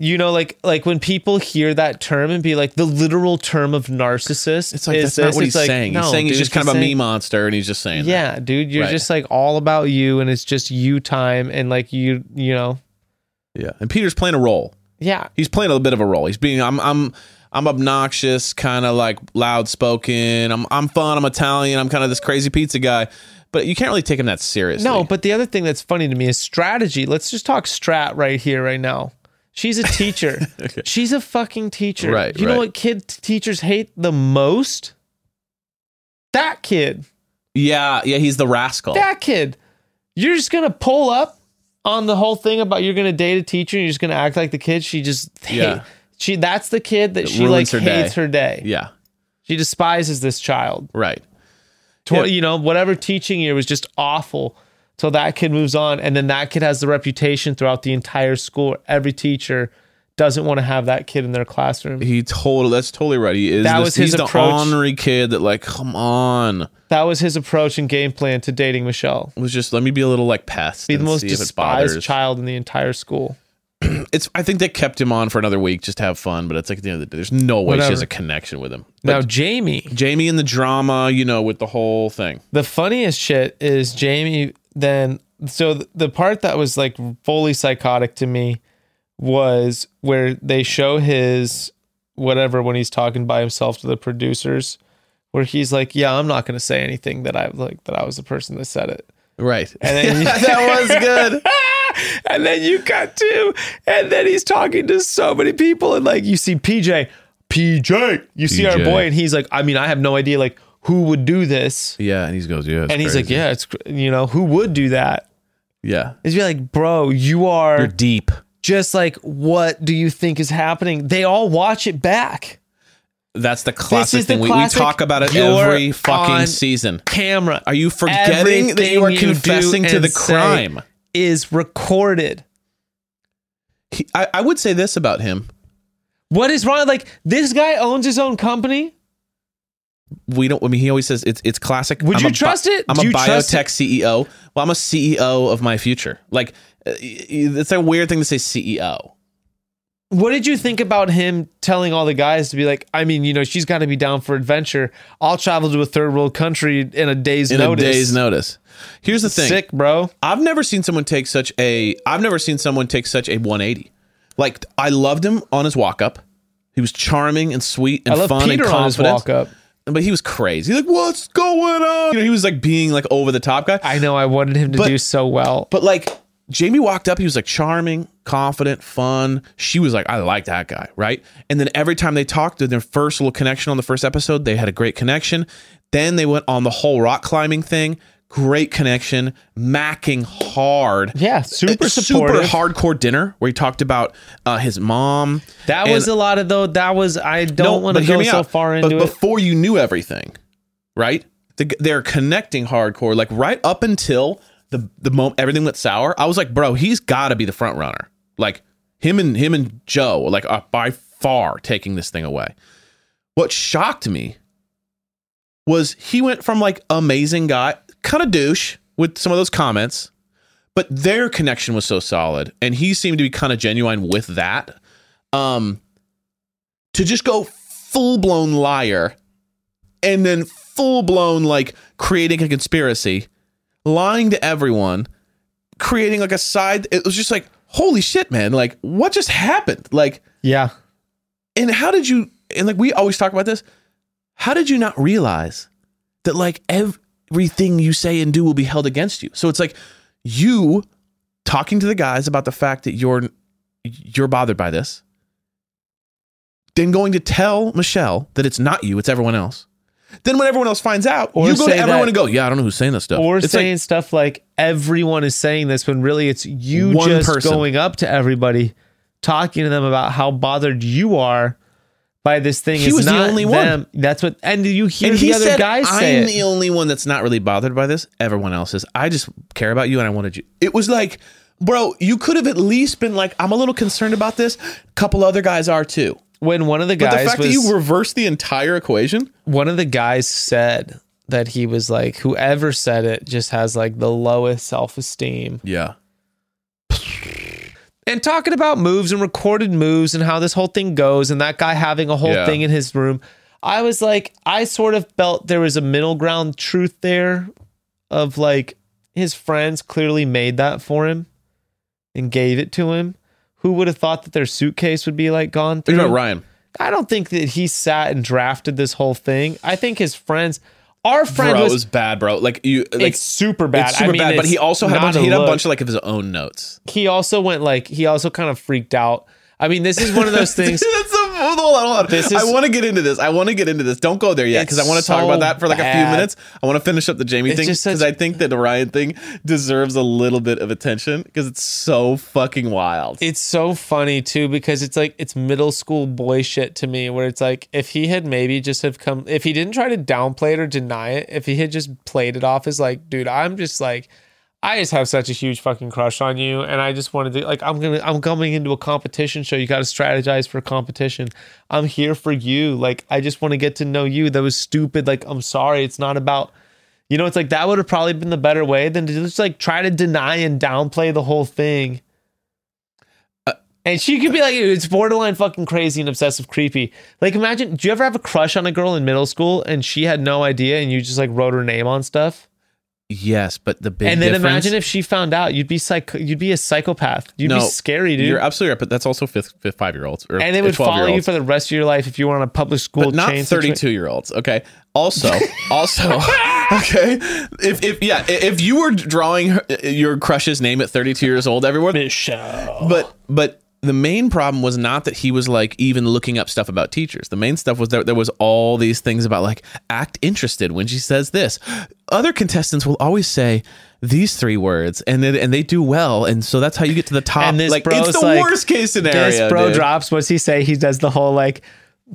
S5: you know like like when people hear that term and be like the literal term of narcissist
S3: It's like
S5: is
S3: that's not
S5: this,"
S3: what he's
S5: it's like,
S3: saying.
S5: no,
S3: he's saying he's
S5: dude,
S3: just kind of a
S5: saying-
S3: me monster, and he's just saying. that.
S5: yeah, dude, you're
S3: Right.
S5: just like all about you, and it's just you time, and like you, you know,
S3: Yeah. And Peter's playing a role.
S5: yeah,
S3: he's playing a bit of a role. He's being I'm I'm I'm obnoxious, kind of like loud spoken. I'm I'm fun. I'm Italian. I'm kind of this crazy pizza guy, but you can't really take him that seriously.
S5: no. But the other thing that's funny to me is strategy. Let's just talk strat right here, right now. She's a teacher. She's a fucking teacher.
S3: Right,
S5: You know
S3: right.
S5: what kid t- teachers hate the most? That kid.
S3: yeah, yeah, he's the rascal.
S5: That kid. You're just gonna pull up on the whole thing about you're gonna date a teacher. and You're just gonna act like the kid. She just
S3: Yeah.
S5: hate. She that's the kid that
S3: It
S5: she like
S3: ruins her day.
S5: hates her day.
S3: Yeah,
S5: She despises this child.
S3: right.
S5: Tw-
S3: Yeah.
S5: You know, whatever teaching year was just awful till that kid moves on. And then that kid has the reputation throughout the entire school. Every teacher doesn't want to have that kid in their classroom.
S3: He totally. That's totally right. He is.
S5: That
S3: this-
S5: was his
S3: he's
S5: approach.
S3: the ornery kid that like, come on,
S5: That was his approach and game plan to dating Michelle.
S3: was just let me be a little like pest.
S5: Be the
S3: and
S5: most
S3: see if it
S5: despised
S3: bothers."
S5: child in the entire school.
S3: It's. I think they kept him on for another week just to have fun. But it's like at the end of the day, there's no way
S5: Whatever.
S3: she has a connection with him.
S5: now,
S3: But
S5: Jamie,
S3: Jamie and the drama, you know, with the whole thing.
S5: the funniest shit is Jamie then. So th- the part that was like fully psychotic to me was where they show his whatever when he's talking by himself to the producers where he's like, "Yeah, I'm not going to say anything that I like that I was the person that said it."
S3: Right.
S5: And then that was good. and then you cut to, and then he's talking to so many people, and like you see PJ, PJ, you see our
S3: PJ.
S5: boy, and he's like, "I mean, I have no idea like who would do this."
S3: Yeah, and he goes, yeah, it's
S5: and he's like,
S3: crazy.
S5: "Yeah, it's cr- you know who would do that?"
S3: yeah,
S5: Is be like, "Bro, you are
S3: deep.
S5: just like, what do you think is happening? They all watch it back.
S3: That's the classic
S5: is the
S3: thing.
S5: classic,
S3: we, we talk about it
S5: you're
S3: every
S5: on
S3: fucking season.
S5: Camera.
S3: Are you forgetting that you
S5: Everything
S3: are
S5: do
S3: confessing to
S5: and
S3: the
S5: say
S3: crime?
S5: Is recorded.
S3: He, I, I would say this about him.
S5: What is wrong? Like, this guy owns his own company.
S3: We don't. I mean, he always says it's it's classic.
S5: Would
S3: I'm
S5: you
S3: a
S5: trust it?
S3: I'm
S5: Do
S3: a
S5: you trust
S3: biotech CEO. Well, I'm a CEO of my future. Like, uh, it's a weird thing to say E CEO.
S5: What did you think about him telling all the guys to be like, I mean, you know, she's got to be down for adventure. I'll travel to a third world country in a day's
S3: in
S5: notice.
S3: a day's notice. Here's the thing.
S5: Sick, bro.
S3: I've never seen someone take such a I've never seen someone take such a 180. Like I loved him on his walk up. He was charming and sweet and
S5: I love
S3: fun
S5: Peter
S3: and
S5: on his
S3: confident.
S5: walk up.
S3: But he was crazy. He's like, "What's going on?" You know, he was like being like over the top guy.
S5: I know I wanted him to
S3: But-
S5: do so well.
S3: But like Jamie walked up, he was like charming, confident, fun. She was like, I like that guy, right? And then every time they talked, in their first little connection on the first episode, they had a great connection. Then they went on the whole rock climbing thing. Great connection, macking hard.
S5: Yeah, super
S3: Uh,
S5: supportive.
S3: Super hardcore dinner where he talked about uh, his mom.
S5: That
S3: And-
S5: was a lot of though. That was I don't
S3: No,
S5: want to
S3: but hear
S5: go
S3: me
S5: so
S3: out.
S5: far
S3: But
S5: into it.
S3: Before you knew everything, right? The, they're connecting hardcore, like right up until the the moment everything went sour. I was like, bro, he's got to be the front runner. Like him and him and Joe, like are by far taking this thing away. What shocked me was he went from like amazing guy, kind of douche with some of those comments, but their connection was so solid, and he seemed to be kind of genuine with that. Um, to just go full blown liar and then full blown like creating a conspiracy, lying to everyone, creating like a side. It was just like, holy shit, man. Like, what just happened? Like,
S5: Yeah.
S3: and how did you, and like, we always talk about this. How did you not realize that like everything you say and do will be held against you? So it's like you talking to the guys about the fact that you're, you're bothered by this, then going to tell Michelle that it's not you, it's everyone else. Then when everyone else finds out,
S5: Or
S3: you go
S5: say
S3: to everyone
S5: that-
S3: and go, yeah, I don't know who's saying this stuff.
S5: Or
S3: it's
S5: saying
S3: like,
S5: stuff like everyone is saying this when really it's you
S3: One
S5: just
S3: person.
S5: going up to everybody, talking to them about how bothered you are by this thing.
S3: He
S5: It's
S3: was the
S5: not
S3: only one.
S5: them. That's what and you hear
S3: and
S5: the
S3: he
S5: other
S3: said,
S5: guys
S3: I'm
S5: say
S3: the
S5: it.
S3: only one that's not really bothered by this. Everyone else is. I just care about you and I wanted you. It was like, bro, you could have at least been like, I'm a little concerned about this. A couple other guys are too.
S5: when one of the
S3: But
S5: guys
S3: the fact
S5: was
S3: that you reverse the entire equation,
S5: one of the guys said that he was like whoever said it just has like the lowest self-esteem
S3: yeah,
S5: and talking about moves and recorded moves and how this whole thing goes and that guy having a whole
S3: Yeah.
S5: thing in his room i was like i sort of felt there was a middle ground truth there of like his friends clearly made that for him and gave it to him who would have thought that their suitcase would be like gone
S3: you
S5: through
S3: know Ryan.
S5: i don't think that he sat and drafted this whole thing i think his friends our friend
S3: bro,
S5: was,
S3: it was bad, bro. Like you, like
S5: it's super bad
S3: It's super
S5: I mean,
S3: bad, but
S5: it's
S3: he also had a
S5: not
S3: bunch, he had a
S5: look
S3: bunch of like of his own notes.
S5: he also went like he also kind of freaked out. I mean, this is one of those things.
S3: That's a, hold on, hold on, hold on.
S5: This is-
S3: I want to get into this. I want to get into this. Don't go there yet because I
S5: It's
S3: want to talk
S5: so
S3: about that for like a few
S5: bad.
S3: minutes. I want to finish up the Jamie
S5: It's
S3: thing
S5: just
S3: because
S5: such-
S3: I think that the Ryan thing deserves a little bit of attention because it's so fucking wild.
S5: It's so funny too because it's like it's middle school boy shit to me where it's like if he had maybe just have come if he didn't try to downplay it or deny it, if he had just played it off as like, dude, I'm just like I just have such a huge fucking crush on you and I just wanted to like I'm gonna I'm coming into a competition show. You gotta strategize for a competition. I'm here for you. Like I just want to get to know you. That was stupid. Like I'm sorry. It's not about you know, it's like that would have probably been the better way than to just like try to deny and downplay the whole thing. And she could be like, it's borderline fucking crazy and obsessive creepy. Like, imagine, do you ever have a crush on a girl in middle school and she had no idea and you just like wrote her name on stuff?
S3: yes, but the big
S5: and then imagine if she found out, you'd be psych, you'd be a psychopath. You'd be scary, dude.
S3: You're absolutely right, but that's also fifth, fifth five year olds
S5: and it would follow you for the rest of your life if you were on a public school
S3: but not
S5: chain situa-
S3: 32 year olds okay also also okay if, if yeah i- if you were drawing her, your crush's name at 32 years old everywhere but but the main problem was not that he was like even looking up stuff about teachers. The main stuff was that there was all these things about like act interested when she says this. Other contestants will always say these three words and then and they do well and so that's how you get to the top.
S5: And this
S3: like
S5: bro's
S3: it's the
S5: like,
S3: worst case scenario.
S5: This bro
S3: dude.
S5: drops. What's he say? He does the whole like,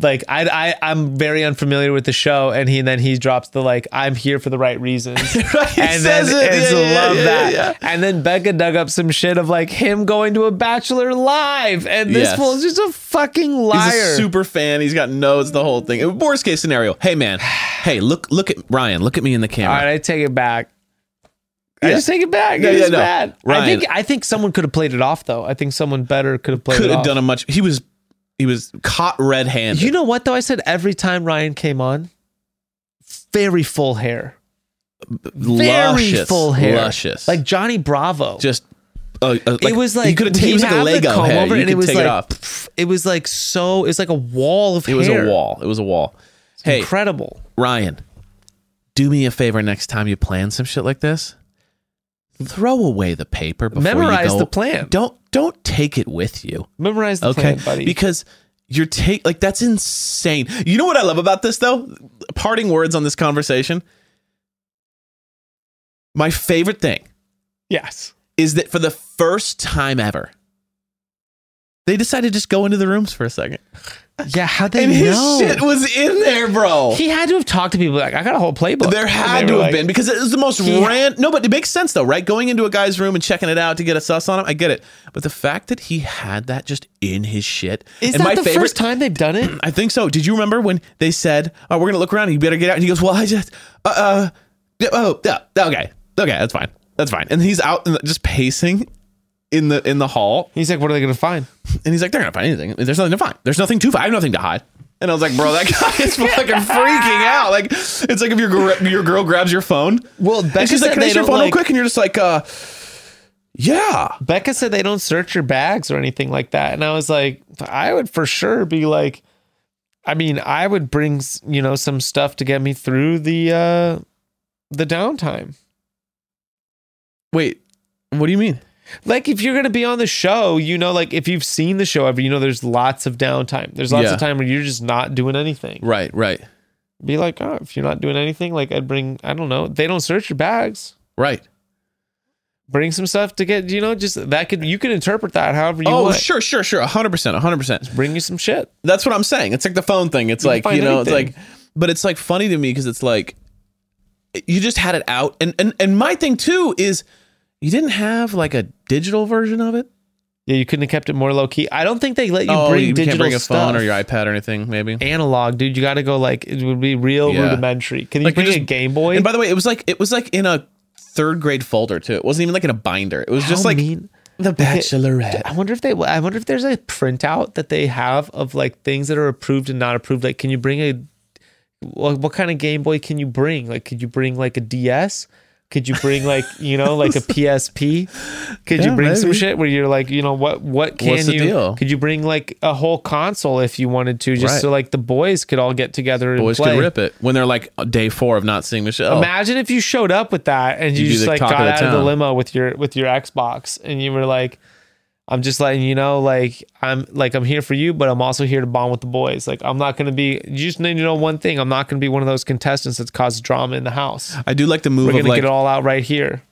S5: like I I I'm very unfamiliar with the show, and he and then he drops the like I'm here for the right reasons.
S3: Right, he
S5: and
S3: says
S5: then
S3: it.
S5: it's
S3: Yeah, yeah,
S5: love
S3: yeah,
S5: that.
S3: yeah,
S5: And then Becca dug up some shit of like him going to a bachelor live, and this
S3: Yes.
S5: fool's just a fucking liar.
S3: He's a super fan. He's got notes. The whole thing. Worst case scenario. Hey man. Hey, look look at Ryan. Look at me in the
S5: All
S3: camera.
S5: right, I take it back. I
S3: Yeah.
S5: just take it back.
S3: Yeah,
S5: it
S3: yeah,
S5: was
S3: no.
S5: bad. I
S3: Ryan.
S5: think I think someone could have played it off though. I think someone better could have played
S3: Could
S5: it
S3: have
S5: off.
S3: done a much. He was he was caught red-handed.
S5: You know what though? I said every time Ryan came on, very full hair, very
S3: luscious,
S5: full hair,
S3: luscious,
S5: like Johnny Bravo.
S3: just uh, uh,
S5: it was like
S3: he could have
S5: he'd
S3: he was like a
S5: have the
S3: Lego
S5: comb
S3: head.
S5: over
S3: you
S5: and
S3: could
S5: it was
S3: take
S5: like
S3: it off.
S5: pff, it was like so. It's like a wall of
S3: It
S5: hair.
S3: was a wall. It was a wall. Hey,
S5: Incredible.
S3: Ryan, do me a favor next time you plan some shit like this. Throw away the paper before
S5: Memorize
S3: you go.
S5: the plan.
S3: Don't don't take it with you.
S5: Memorize the
S3: okay,
S5: plan, buddy.
S3: because you're take like that's insane. You know what I love about this though? Parting words on this conversation. My favorite thing
S5: yes,
S3: is that for the first time ever, they decided to just go into the rooms for a second.
S5: yeah. How they
S3: And his
S5: know?
S3: shit was in there, bro.
S5: he had to have talked to people like I got a whole playbook.
S3: there
S5: And
S3: had
S5: they
S3: to
S5: were
S3: have
S5: like,
S3: been because it was the most
S5: He-
S3: rant. No, but it makes sense though, right? Going into a guy's room and checking it out to get a sus on him, I get it. But the fact that he had that just in his shit
S5: Is
S3: and
S5: that the first time they've done it?
S3: I think so. Did you remember when they said, "Oh, we're gonna look around"? And you better get out. And he goes, "Well, I just, uh, uh yeah, oh, yeah, okay, okay, that's fine, that's fine." And he's out and just pacing in the in the hall,
S5: He's like, what are they gonna find?
S3: and he's like, "They're not gonna find anything. There's nothing to find. There's nothing to find. I have nothing to hide." And I was like, "Bro, that guy is fucking freaking out. Like, it's like if your gr- your girl grabs your phone.
S5: Well, Becca
S3: and she's like,
S5: said
S3: "Can I
S5: they
S3: see your
S5: don't,
S3: phone real
S5: like-
S3: quick?" And you're just like, "Uh, yeah."
S5: Becca said they don't search your bags or anything like that. And I was like, I would for sure be like, I mean, I would bring, s- you know, some stuff to get me through the uh the downtime.
S3: Wait, what do you mean?
S5: Like if you're going to be on the show, you know, like if you've seen the show ever, you know there's lots of downtime. There's lots
S3: Yeah.
S5: of time where you're just not doing anything.
S3: Right, right,
S5: Be like, "Oh, if you're not doing anything, like I'd bring, I don't know, they don't search your bags.
S3: right."
S5: Bring some stuff to get, you know, just that could you could interpret that however you
S3: oh,
S5: want.
S3: sure, sure, sure, hundred percent, hundred percent.
S5: Bring you some shit.
S3: That's what I'm saying. It's like the phone thing. It's
S5: You can
S3: like
S5: find
S3: you know,
S5: anything.
S3: it's like, but it's like funny to me because it's like you just had it out, and and and my thing too is you didn't have like a digital version of it.
S5: Yeah, you couldn't have kept it more low key. I don't think they let you bring digital
S3: Oh, can't bring a
S5: stuff.
S3: phone or your iPad or anything, maybe.
S5: analog, dude. You got to go like it would be real
S3: Yeah.
S5: rudimentary. Can you
S3: Like, you
S5: bring
S3: just-
S5: a Game Boy?
S3: And by the way, it was like it was like in a third grade folder too. It wasn't even like in a binder. It was just
S5: How
S3: like
S5: mean-
S3: the Bachelorette.
S5: I wonder if they. I wonder if there's a printout that they have of like things that are approved and not approved. Like, can you bring a? What, what kind of Game Boy can you bring? Like, could you bring like a DS? Could you bring like you know like a PSP? Could you
S3: Yeah,
S5: bring some
S3: maybe.
S5: shit where you're like you know what what can
S3: What's the
S5: you?
S3: deal?
S5: Could you bring like a whole console if you wanted to, just
S3: Right.
S5: so like the boys could all get together and
S3: Boys
S5: play?
S3: could rip it when they're like day four of not seeing Michelle.
S5: Imagine if you showed up with that and you
S3: You'd be
S5: just
S3: the
S5: like
S3: talk
S5: got
S3: of the
S5: out of Oh. the
S3: town.
S5: limo with your with your Xbox and you were like, I'm just letting you know, like I'm like I'm here for you, but I'm also here to bond with the boys. Like I'm not gonna be you just need to know one thing. I'm not gonna be one of those contestants that's caused drama in the house.
S3: I do like the move
S5: We're
S3: of
S5: gonna
S3: like
S5: get it all out right here.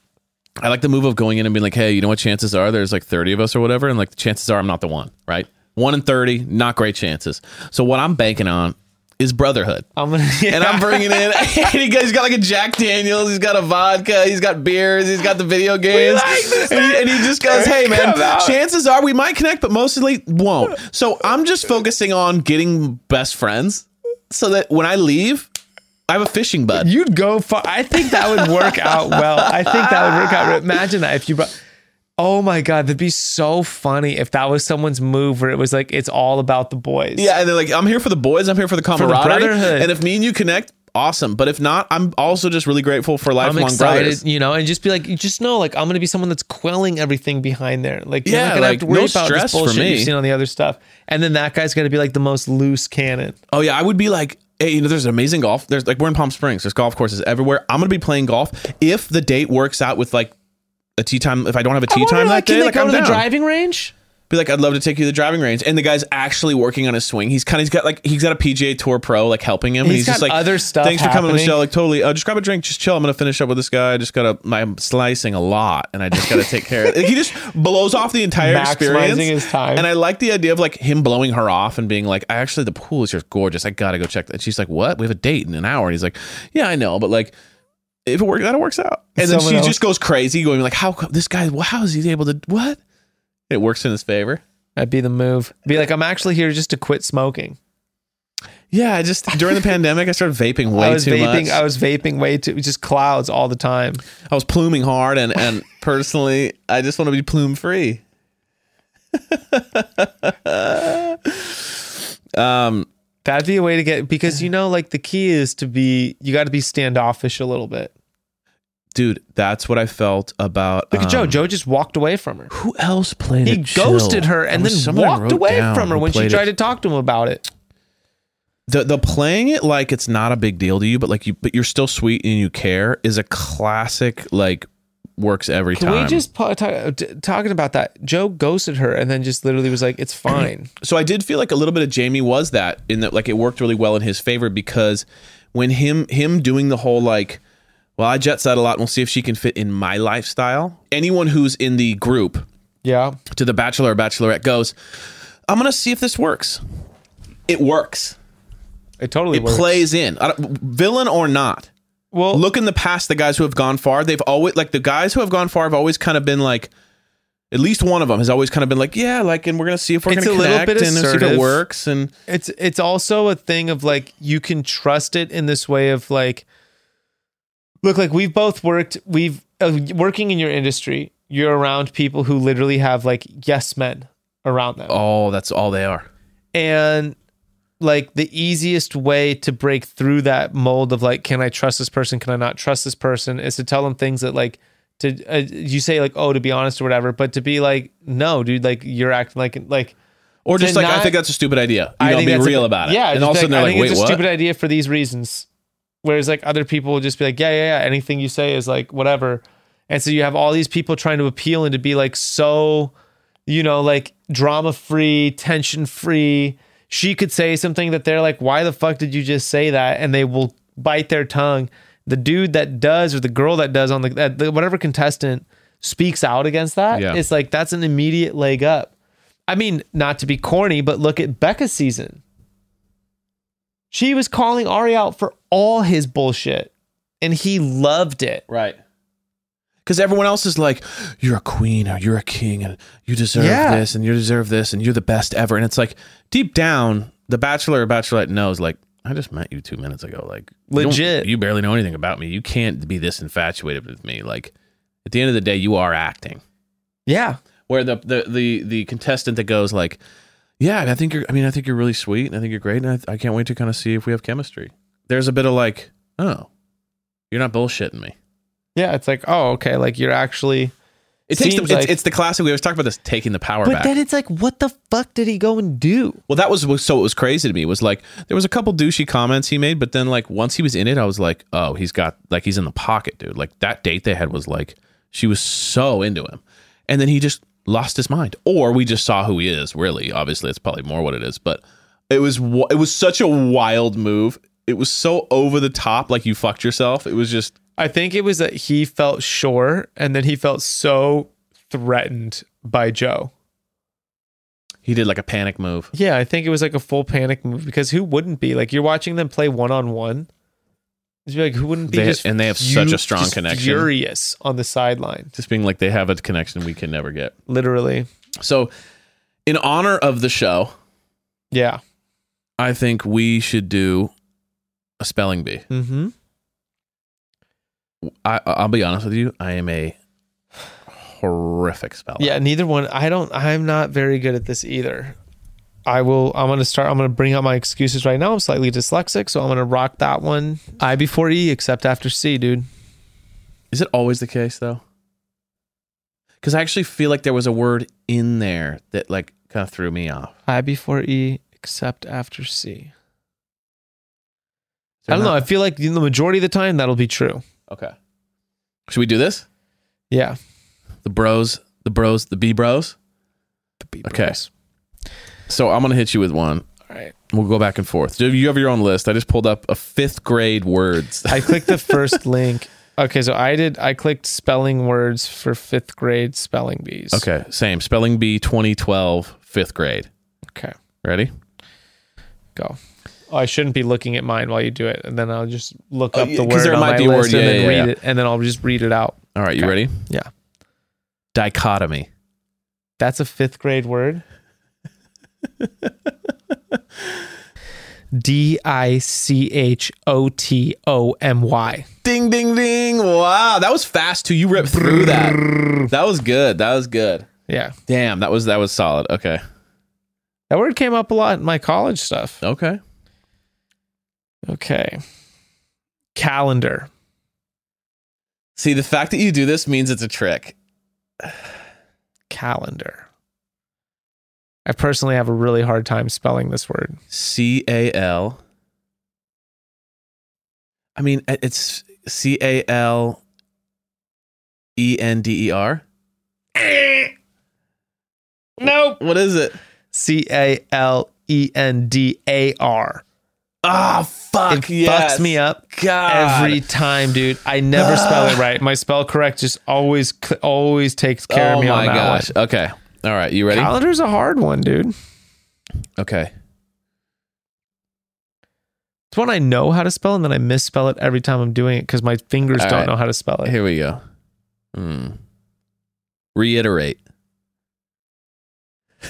S3: I like the move of going in and being like, hey, you know what chances are? There's like 30 of us or whatever. And like, the chances are I'm not the one, right? One in 30, not great chances. So what I'm banking on is brotherhood.
S5: I'm gonna
S3: And I'm bringing in, and he got, he's got like a Jack Daniels, he's got a vodka, he's got beers, he's got the video games. and, he, and he just goes, hey, man, chances are we might connect, but mostly won't. So I'm just focusing on getting best friends so that when I leave, I have a fishing bud.
S5: You'd go far. I think that would work out well. I think that would work out. Imagine that if you brought. Oh my god, that'd be so funny if that was someone's move where it was like it's all about the boys.
S3: Yeah, and they're like, I'm here for the boys. I'm here for the
S5: the
S3: camaraderie.
S5: brotherhood.
S3: and if me and you connect, awesome. But if not, I'm also just really grateful for
S5: I'm
S3: lifelong
S5: excited,
S3: brothers.
S5: you know, and just be like, you just know, like I'm gonna be someone that's quelling everything behind there. Like, you're
S3: Yeah,
S5: not gonna have
S3: like,
S5: to worry
S3: no
S5: about this
S3: stress for
S5: bullshit
S3: me.
S5: you've seen on the other stuff. And then that guy's gonna be like the most loose cannon.
S3: Oh yeah, I would be like, hey, you know, there's an amazing golf. There's like we're in Palm Springs. There's golf courses everywhere. I'm gonna be playing golf if the date works out with like a tea time. If I don't have a tea time that
S5: can
S3: day,
S5: they
S3: like
S5: go
S3: I'm
S5: to the
S3: down.
S5: driving range?
S3: be like, I'd love to take you to the driving range. And the guy's actually working on his swing. He's kind of he's got like he's got a PGA Tour pro like helping him. and
S5: He's
S3: he's just
S5: got
S3: like
S5: other stuff
S3: Thanks for coming,
S5: happening."
S3: Michelle. Like totally. Uh, just grab a drink. Just chill. I'm gonna finish up with this guy. I just gotta. I'm slicing a lot, and I just gotta take care. of it. Like, he just blows off the entire
S5: Maximizing
S3: experience.
S5: his time.
S3: And I like the idea of like him blowing her off and being like, I actually the pool is just gorgeous. I gotta go check that. And she's like, What? We have a date in an hour. And he's like, Yeah, I know, but like if it works, that works out. And then
S5: Someone
S3: she
S5: else-
S3: just goes crazy, going like, "How come this guy? well, How is he able to what?" It works in his favor.
S5: That'd be the move. Be like, I'm actually here just to quit smoking.
S3: Yeah, I just during the pandemic, I started vaping way
S5: I was
S3: too
S5: vaping.
S3: much.
S5: I was vaping way too. Just clouds all the time.
S3: I was pluming hard, and and personally, I just want to be plume free. um,
S5: That'd be a way to get because you know, like the key is to be. You got to be standoffish a little bit.
S3: dude, that's what I felt about.
S5: Look at Joe.
S3: um,
S5: Joe just walked away from her.
S3: Who else played?
S5: He
S3: it chill?
S5: ghosted her
S3: I
S5: and
S3: wish
S5: then
S3: someone I
S5: walked
S3: wrote
S5: away
S3: down
S5: from her
S3: who
S5: when she
S3: played it.
S5: tried to talk to him about it.
S3: the the playing it like it's not a big deal to you, but like you, but you're still sweet and you care is a classic. Like works every
S5: Can
S3: time.
S5: we just pa- talk, uh, t- talking about that? Joe ghosted her and then just literally was like, "It's fine."
S3: so I did feel like a little bit of Jamie was that in that like it worked really well in his favor because when him him doing the whole like well I jet set a lot and we'll see if she can fit in my lifestyle. Anyone who's in the group
S5: yeah,
S3: to the bachelor or bachelorette goes, I'm gonna see if this works. It works.
S5: it totally
S3: It
S5: works.
S3: plays in I don't, villain or not.
S5: well.
S3: look in the past the guys who have gone far they've always like the guys who have gone far have always kind of been like at least one of them has always kind of been like yeah like and we're gonna see if we're
S5: It's
S3: gonna
S5: a little
S3: connect
S5: bit
S3: and see if it
S5: assertive.
S3: works and
S5: it's it's also a thing of like you can trust it in this way of like look like we've both worked we've uh, working in your industry you're around people who literally have like yes men around them
S3: oh that's all they are
S5: and like the easiest way to break through that mold of like can i trust this person can i not trust this person is to tell them things that like to uh, you say like oh to be honest or whatever but to be like no dude like you're acting like like
S3: or
S5: To
S3: just like i
S5: not-
S3: think that's a stupid idea you
S5: I
S3: know
S5: think
S3: be
S5: that's a-
S3: real about it
S5: Yeah,
S3: and
S5: just
S3: all of a
S5: like,
S3: sudden they're
S5: I
S3: like
S5: think
S3: wait
S5: it's a
S3: what
S5: stupid idea for these reasons. Whereas like other people will just be like, yeah, yeah, yeah, anything you say is like whatever. And so you have all these people trying to appeal and to be like so, you know, like drama free, tension free. She could say something that they're like, why the fuck did you just say that? And they will bite their tongue. The dude that does or the girl that does on the, that, the whatever contestant speaks out against that,
S3: Yeah.
S5: it's like that's an immediate leg up. I mean, not to be corny, but look at Becca's season. She was calling Ari out for all his bullshit, and he loved it.
S3: right because everyone else is like you're a queen or you're a king and you deserve
S5: Yeah.
S3: this and you deserve this and you're the best ever and it's like deep down the bachelor or bachelorette knows like I just met you two minutes ago. Like you don't-
S5: Legit.
S3: you barely know anything about me. You can't be this infatuated with me. Like at the end of the day, you are acting.
S5: Yeah.
S3: Where the the the, the contestant that goes like, yeah, I think you're. I mean, I think you're really sweet, and I think you're great, and I, I can't wait to kind of see if we have chemistry. There's a bit of like, oh, you're not bullshitting me.
S5: Yeah. It's like, oh, okay. Like you're actually.
S3: It takes the, it's,
S5: Seems like-
S3: it's the classic. We always talk about this taking the power
S5: But
S3: back.
S5: then it's like, what the fuck did he go and do?
S3: well, that was was- so. It was crazy to me. Was like there was a couple douchey comments he made, but then like once he was in it, I was like, oh, he's got like he's in the pocket, dude. Like that date they had was like she was so into him, and then he just lost his mind, or we just saw who he is. Really, obviously, it's probably more what it is, but it was wa- it was such a wild move. It was so over the top, like you fucked yourself. It was just
S5: I think it was that he felt sure, and then he felt so threatened by Joe.
S3: he did like a panic move.
S5: Yeah, I think it was like a full panic move because who wouldn't be? Like you're watching them play one on one. It's like who wouldn't be?
S3: They-
S5: just
S3: and they have such a strong
S5: just
S3: connection.
S5: Furious on the sideline,
S3: Just being like they have a connection we can never get.
S5: literally.
S3: So, in honor of the show,
S5: Yeah.
S3: I think we should do a spelling bee.
S5: Mm-hmm.
S3: I, I'll be honest with you. I am a horrific speller.
S5: Oh. Yeah, neither one. I don't. I'm not very good at this either. I will. I'm gonna start. I'm gonna bring out my excuses right now. I'm slightly dyslexic, so I'm gonna rock that one. I before E, except after C, dude.
S3: Is it always the case though? Because I actually feel like there was a word in there that like kind of threw me off.
S5: I before E, except after C.
S3: Is there
S5: I don't know.
S3: not-
S5: I feel like the majority of the time that'll be true.
S3: okay. Should we do this?
S5: Yeah.
S3: The bros, the bros, the B bros.
S5: beep.
S3: Okay. So I'm gonna hit you with one. All right. We'll go back and forth. Do you have your own list? I just pulled up a fifth grade words.
S5: I clicked the first link. Okay, so I did. I clicked spelling words for fifth grade spelling bees.
S3: okay. Same. Spelling bee 2012, fifth grade.
S5: Okay.
S3: Ready?
S5: Go. Oh, I shouldn't be looking at mine while you do it, and then I'll just look up
S3: Oh, yeah,
S5: the
S3: 'cause
S5: word
S3: there
S5: on
S3: might
S5: my
S3: be a
S5: list
S3: word.
S5: and
S3: Yeah,
S5: then
S3: yeah,
S5: read
S3: yeah.
S5: it, and then I'll just read it out.
S3: All right. You
S5: Okay.
S3: ready?
S5: Yeah.
S3: Dichotomy.
S5: That's a fifth grade word. D I C H O T O M Y.
S3: Ding, ding, ding. Wow. That was fast too. You ripped through that. That was good. That was good.
S5: Yeah.
S3: Damn. That was that was solid. Okay.
S5: That word came up a lot in my college stuff.
S3: Okay.
S5: Okay. Calendar.
S3: See, the fact that you do this means it's a trick.
S5: Calendar. I personally have a really hard time spelling this word.
S3: C A L. I mean, it- it's C A L E N D E R.
S5: Nope.
S3: What is it?
S5: C A L E N D A R.
S3: Ah, fuck.
S5: It fucks me up
S3: God.
S5: every time, dude. I never spell it right. My spell correct just always cl- always takes care
S3: Oh
S5: of me
S3: my
S5: on that
S3: gosh.
S5: one.
S3: Okay. All right. You ready?
S5: Calendar's a hard one, dude. It's
S3: Okay.
S5: one I know how to spell and then I misspell it every time I'm doing it because my fingers
S3: All
S5: don't
S3: right.
S5: know how to spell it.
S3: Here we go. Hmm. Reiterate.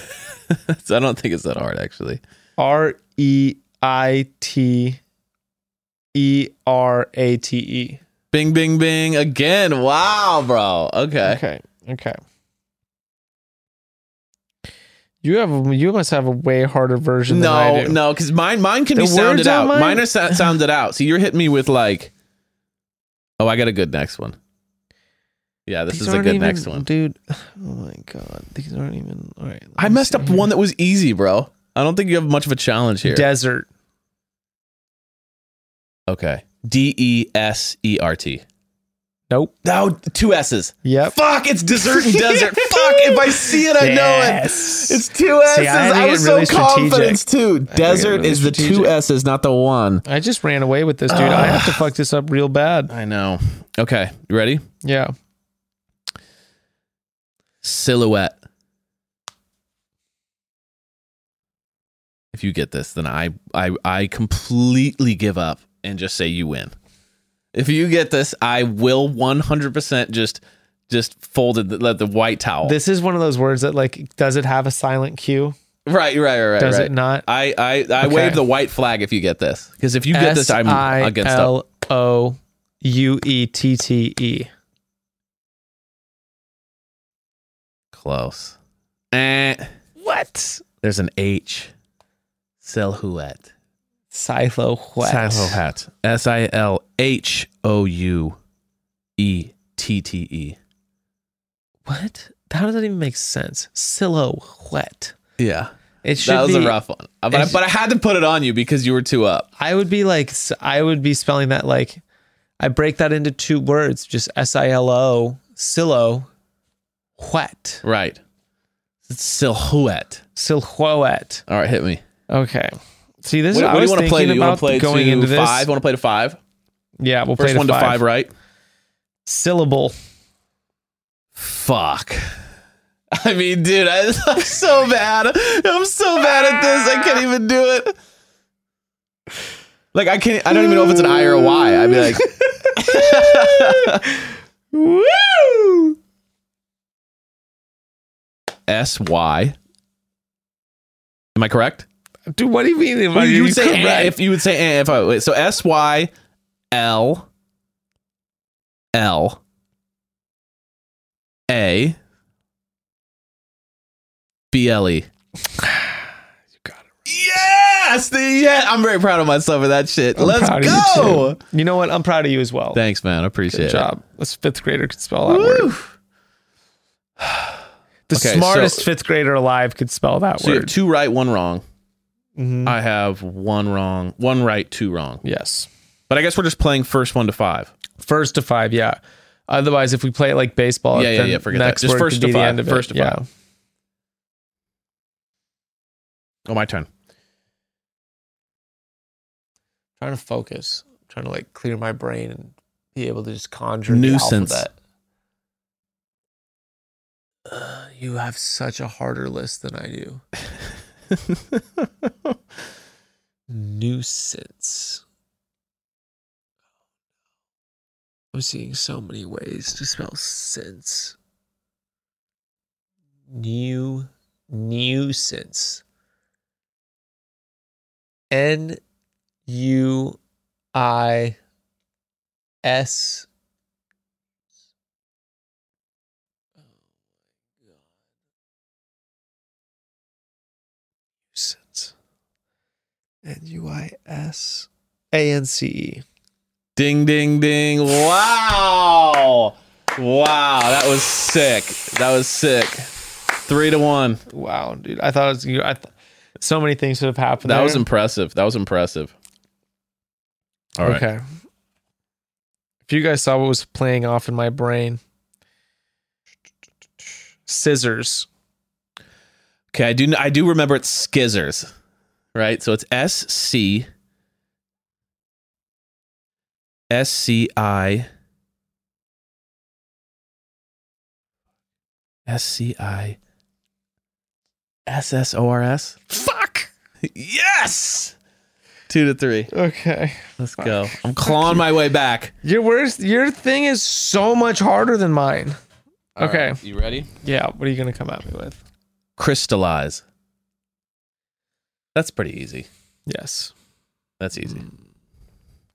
S3: So I don't think it's that hard, actually.
S5: R E I T E R A T E.
S3: Bing, bing, bing again. Wow, bro. Okay.
S5: Okay. Okay. You have you must have a way harder version than I
S3: No,
S5: do.
S3: no, because mine mine can
S5: The
S3: be sounded
S5: words on
S3: out.
S5: mine-
S3: Mine, are sa- sounded out. So you're hitting me with like, oh, I got a good next one. Yeah, this
S5: These
S3: is a
S5: aren't
S3: good
S5: even-
S3: next one.
S5: dude. Oh my god, these aren't even. All right, let
S3: I
S5: me
S3: messed
S5: see
S3: up
S5: here.
S3: one that was easy, bro. I don't think you have much of a challenge here.
S5: Desert.
S3: okay, D E S E R T.
S5: Nope.
S3: No, two S's.
S5: Yep.
S3: Fuck, it's dessert and desert. Fuck, if I see it, I
S5: Yes.
S3: know it. It's two S's.
S5: See, I had to
S3: I,
S5: get
S3: was
S5: really
S3: so
S5: strategic.
S3: confident too.
S5: to get
S3: Desert
S5: really
S3: is the two
S5: strategic.
S3: S's, not the one.
S5: I just ran away with this, dude. I have to fuck this up real bad.
S3: I know. Okay, you ready?
S5: Yeah.
S3: silhouette. If you get this, then I I I completely give up and just say you win. If you get this, I will 100% just just fold it, let the white towel.
S5: This is one of those words that like, does it have a silent Q?
S3: right, right, right, right.
S5: Does
S3: right.
S5: it not?
S3: I I I
S5: Okay.
S3: wave the white flag if you get this, because if you get this, I'm against it.
S5: L O U E T T E.
S3: Close. Eh,
S5: What?
S3: there's an H. Silhouette.
S5: Silo what?
S3: Silhouette. S I L H O U E T T E.
S5: What? How does that even make sense? Silhouette.
S3: Yeah.
S5: It should
S3: That was
S5: be-
S3: a rough one. Uh, But I,
S5: it's-
S3: but I had to put it on you because you were two up.
S5: I would be like, I would be spelling that like, I break that into two words, just S I L O, silo, what,
S3: Right. It's silhouette.
S5: silhouette.
S3: All right, hit me.
S5: Okay. See, this is
S3: What,
S5: I
S3: what do you
S5: was
S3: want to play?
S5: thinking
S3: Do you want
S5: about
S3: to play
S5: going
S3: to
S5: into this.
S3: five? Want to play to five?
S5: Yeah, we'll
S3: First
S5: play
S3: one to five, right?
S5: Syllable.
S3: Fuck. I mean, dude, I, I'm so bad. I'm so bad at this. I can't even do it. Like I can't. I don't even know if it's an I or a Y. I'd be like, woo. S Y. Am I correct?
S5: Dude, what do you mean?
S3: Well, you, would say eh, if you would say eh, if I wait, so S Y L L A B L E. Yes, the, yeah, I'm very proud of myself for that shit. Let's go.
S5: You, know what? I'm proud of you as well.
S3: Thanks, man. I
S5: Good
S3: appreciate
S5: job. This fifth grader could spell
S3: it.
S5: that word.
S3: Woo.
S5: The
S3: Okay, so-
S5: smartest fifth grader alive could spell that
S3: So you have
S5: word.
S3: two right, one wrong.
S5: Mhm.
S3: I have one wrong, one right, two wrong.
S5: Yes.
S3: But I guess we're just playing first one to five.
S5: First to five, yeah. Otherwise, if we play it like baseball,
S3: Yeah, yeah,
S5: then
S3: yeah, forget that.
S5: next
S3: Just
S5: word
S3: first
S5: could
S3: to
S5: be the
S3: five,
S5: end of it.
S3: first to
S5: yeah.
S3: five. Oh, my turn.
S5: trying to focus, trying to like clear my brain and be able to just conjure
S3: Nuisance.
S5: The alphabet. Uh, you have such a harder list than I do. Nuisance. I'm seeing so many ways to spell sense. New nuisance. N U I S. N U I S A N C E.
S3: Ding, ding, ding. Wow. Wow. That was sick. That was sick. Three to one.
S5: Wow, dude! I thought it was. you- I th- so many things would have happened.
S3: That
S5: there.
S3: was impressive. That was impressive. All right.
S5: Okay. If you guys saw what was playing off in my brain, scissors.
S3: Okay, I do I do remember it's skizzers, right? So it's S C S C I S C I S S O R S.
S5: Fuck.
S3: Yes, two to three.
S5: Okay.
S3: Let's go. I'm clawing my way back.
S5: Your worst. Your thing is so much harder than mine. Okay.
S3: you ready?
S5: Yeah. What are you gonna come at me with?
S3: Crystallize. That's pretty easy.
S5: Yes.
S3: That's easy.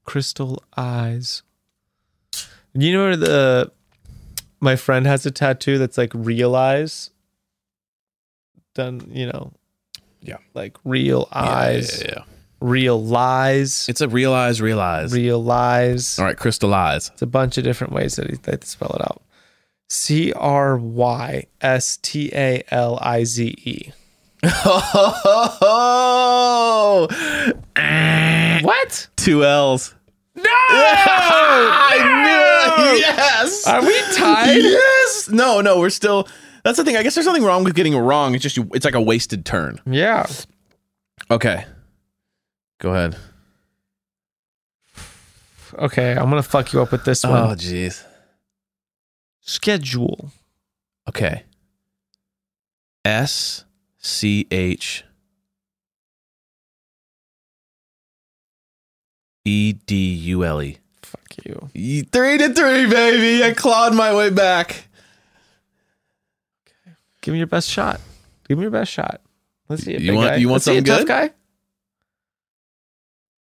S5: Crystal eyes. You know where the my friend has a tattoo that's like realize. Done. You know.
S3: Yeah.
S5: Like real eyes,
S3: Yeah, yeah, yeah.
S5: real lies,
S3: It's a realize, realize.
S5: real lies.
S3: All right, crystallize.
S5: It's a bunch of different ways that he- they spell it out. C R Y S T A L I Z E.
S3: Oh,
S5: What?
S3: two L's.
S5: No!
S3: I knew it. Yes.
S5: Are we tied?
S3: Yes. No, no, we're still. That's the thing. I guess there's nothing wrong with getting it wrong. It's just you, it's like a wasted turn.
S5: Yeah.
S3: Okay. Go ahead.
S5: Okay, I'm gonna fuck you up with this one.
S3: Oh, jeez.
S5: Schedule.
S3: Okay. S C H E D U L E.
S5: Fuck you.
S3: Three to three, baby. I clawed my way back.
S5: Give me your best shot. Give me your best shot. Let's see it.
S3: You
S5: big
S3: want-
S5: guy.
S3: you want
S5: Let's see it,
S3: something good?
S5: Tough guy.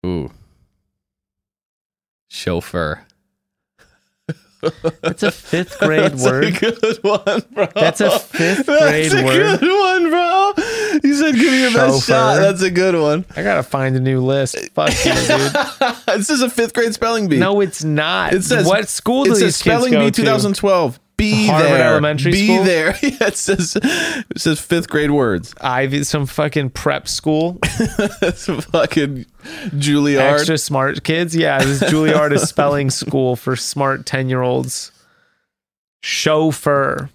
S3: Ooh. Chauffeur.
S5: That's a fifth grade word.
S3: a good one, bro.
S5: That's a fifth grade
S3: That's a
S5: word.
S3: good one, bro. You said give me your best shot.
S5: Chauffeur.
S3: That's a good one. Uh,
S5: I gotta find a new list. Fuck you, dude.
S3: this is a fifth grade spelling bee.
S5: No, it's not.
S3: it says
S5: what school
S3: It
S5: do
S3: says
S5: these
S3: spelling
S5: kids go
S3: bee
S5: to?
S3: 2012. Be
S5: Harvard
S3: there.
S5: Elementary
S3: Be
S5: School?
S3: there. Yeah, it says it says fifth grade words.
S5: Ivy, some fucking prep school.
S3: That's fucking Juilliard.
S5: extra smart kids. Yeah, this Juilliard is spelling school for smart 10 year olds. Chauffeur.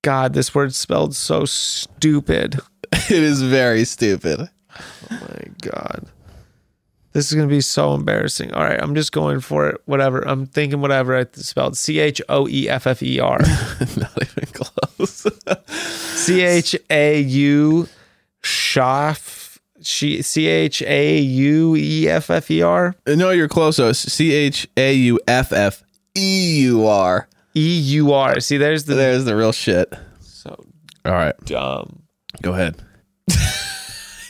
S5: God, this word spelled so stupid.
S3: It is very stupid.
S5: My God. This is going to be so embarrassing. All right, I'm just going for it. Whatever. I'm thinking whatever I spelled. C H O E F F E R.
S3: Not even close.
S5: C H A U Schaff. She- C H A U E F F E R.
S3: No, you're close though. C H A U F F E U R.
S5: E U R. See, there's the.
S3: There's the real shit.
S5: So
S3: All right,
S5: dumb.
S3: go ahead.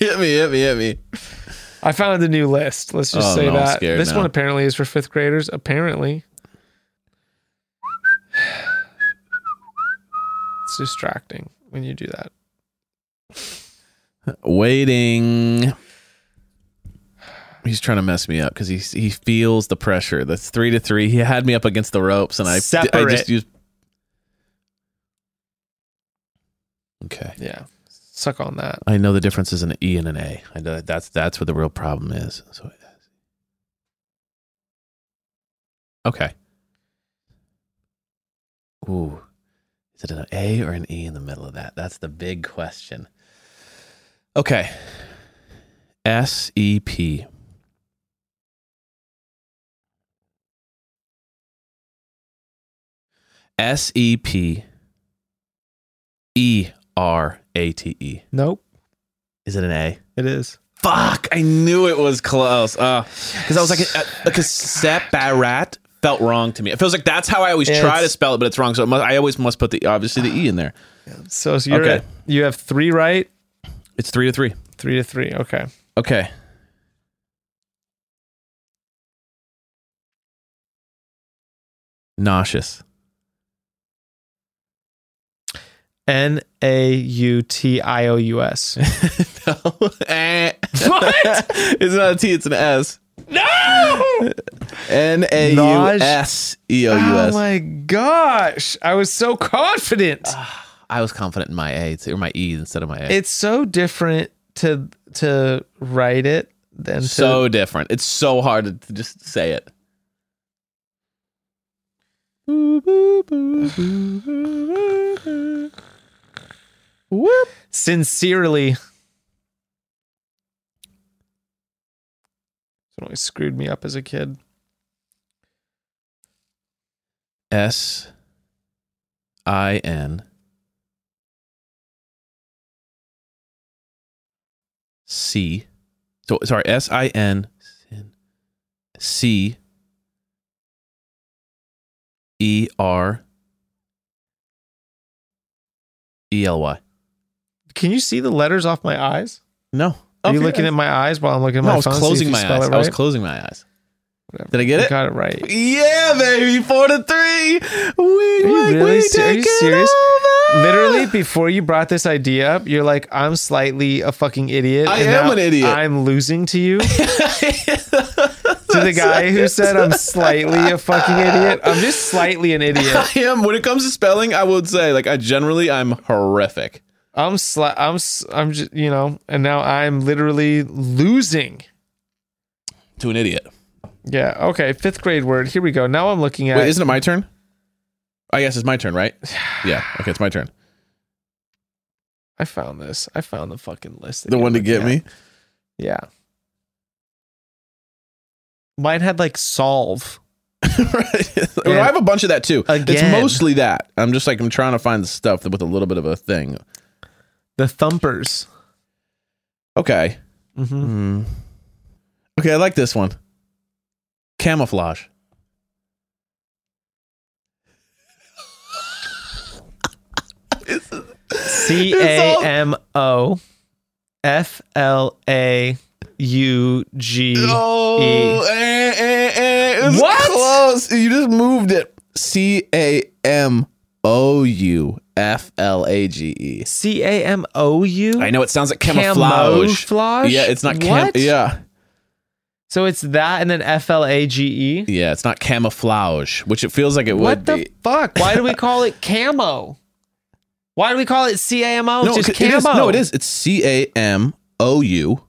S3: hit me, hit me, hit me.
S5: I found a new list. Let's just
S3: Oh,
S5: say
S3: no, I'm
S5: that
S3: scared
S5: this
S3: now.
S5: one apparently is for fifth graders. Apparently, it's distracting when you do that.
S3: Waiting. He's trying to mess me up because he he feels the pressure. That's three to three. He had me up against the ropes, and I I
S5: Separate.
S3: just used. Okay,
S5: Yeah, suck on that.
S3: I know the difference is an E and an A. I know that's that's where the real problem is. So, okay. Ooh, is it an A or an E in the middle of that? That's the big question. Okay. E SEP. SEP. E R A T E.
S5: Nope.
S3: Is it an A?
S5: It is.
S3: Fuck! I knew it was close. Because I was like, uh, because separate felt wrong to me. It feels like that's how I always try to
S5: It's-
S3: spell it, but it's wrong. So it mu- I always must put the obviously the e in there.
S5: So, so you're
S3: Okay.
S5: at- you have three right,
S3: It's three to three.
S5: three to three. Okay.
S3: Okay. Nauseous.
S5: N A U T I O U S.
S3: no. Eh. it's not a T. It's an S. No. N a u s e o u
S5: Oh
S3: s.
S5: my gosh. I was so confident.
S3: I was confident in my A or my E instead of my A.
S5: It's so different to to write it than to
S3: so different. It's so hard to- to just say it.
S5: sincerely. It always screwed me up as a kid.
S3: S I N C. So sorry, S I N C E R E L Y.
S5: Can you see the letters off my eyes?
S3: No.
S5: Are you looking at my eyes while I'm looking at my
S3: Oh, No, I was
S5: phone? See if
S3: closing
S5: you
S3: my
S5: spell
S3: eyes.
S5: it
S3: I was
S5: right?
S3: closing my eyes.
S5: Whatever.
S3: Did I get
S5: You
S3: it?
S5: Got it right.
S3: Yeah, baby, four to three. We
S5: Are you
S3: like,
S5: really
S3: we
S5: se- are you
S3: take it
S5: serious?
S3: over.
S5: Literally, before you brought this idea up, you're like, I'm slightly a fucking idiot.
S3: I
S5: and
S3: am
S5: now
S3: an idiot.
S5: I'm losing to you. to the guy who said I'm slightly a fucking idiot. I'm just slightly an idiot.
S3: I am. When it comes to spelling, I would say like I generally I'm horrific.
S5: I'm sli- I'm s- I'm just you know, and now I'm literally losing.
S3: To an idiot.
S5: Yeah. Okay. Fifth grade word. Here we go. Now I'm looking at.
S3: Wait, isn't it my turn? I guess it's my turn, right? Yeah. Okay, it's my turn.
S5: I found this. I found the fucking list. that
S3: The
S5: you're
S3: one to
S5: looking
S3: get
S5: at.
S3: me.
S5: Yeah. Mine had like solve.
S3: right.
S5: Yeah.
S3: I have a bunch of that too. It's
S5: Again.
S3: mostly that. I'm just like I'm trying to find the stuff with a little bit of a thing.
S5: The thumpers.
S3: Okay.
S5: Mm-hmm.
S3: Hmm. Okay, I like this one. Camouflage.
S5: C A M O F L A U G E.
S3: Oh, eh, eh, eh. It was
S5: What?
S3: Close. You just moved it. C A M O U F L A G E.
S5: C A M O U?
S3: I know it sounds like camouflage.
S5: Camouflage?
S3: Yeah, it's not cam.
S5: What?
S3: Yeah,
S5: So it's that and then F L A G E?
S3: yeah, it's not camouflage, which it feels like it
S5: What
S3: would
S5: the
S3: be.
S5: fuck? Why do we call it camo? Why do we call it C A M O?
S3: no,
S5: It's just
S3: 'cause it
S5: camo.
S3: is- no, it is. It's C A M O U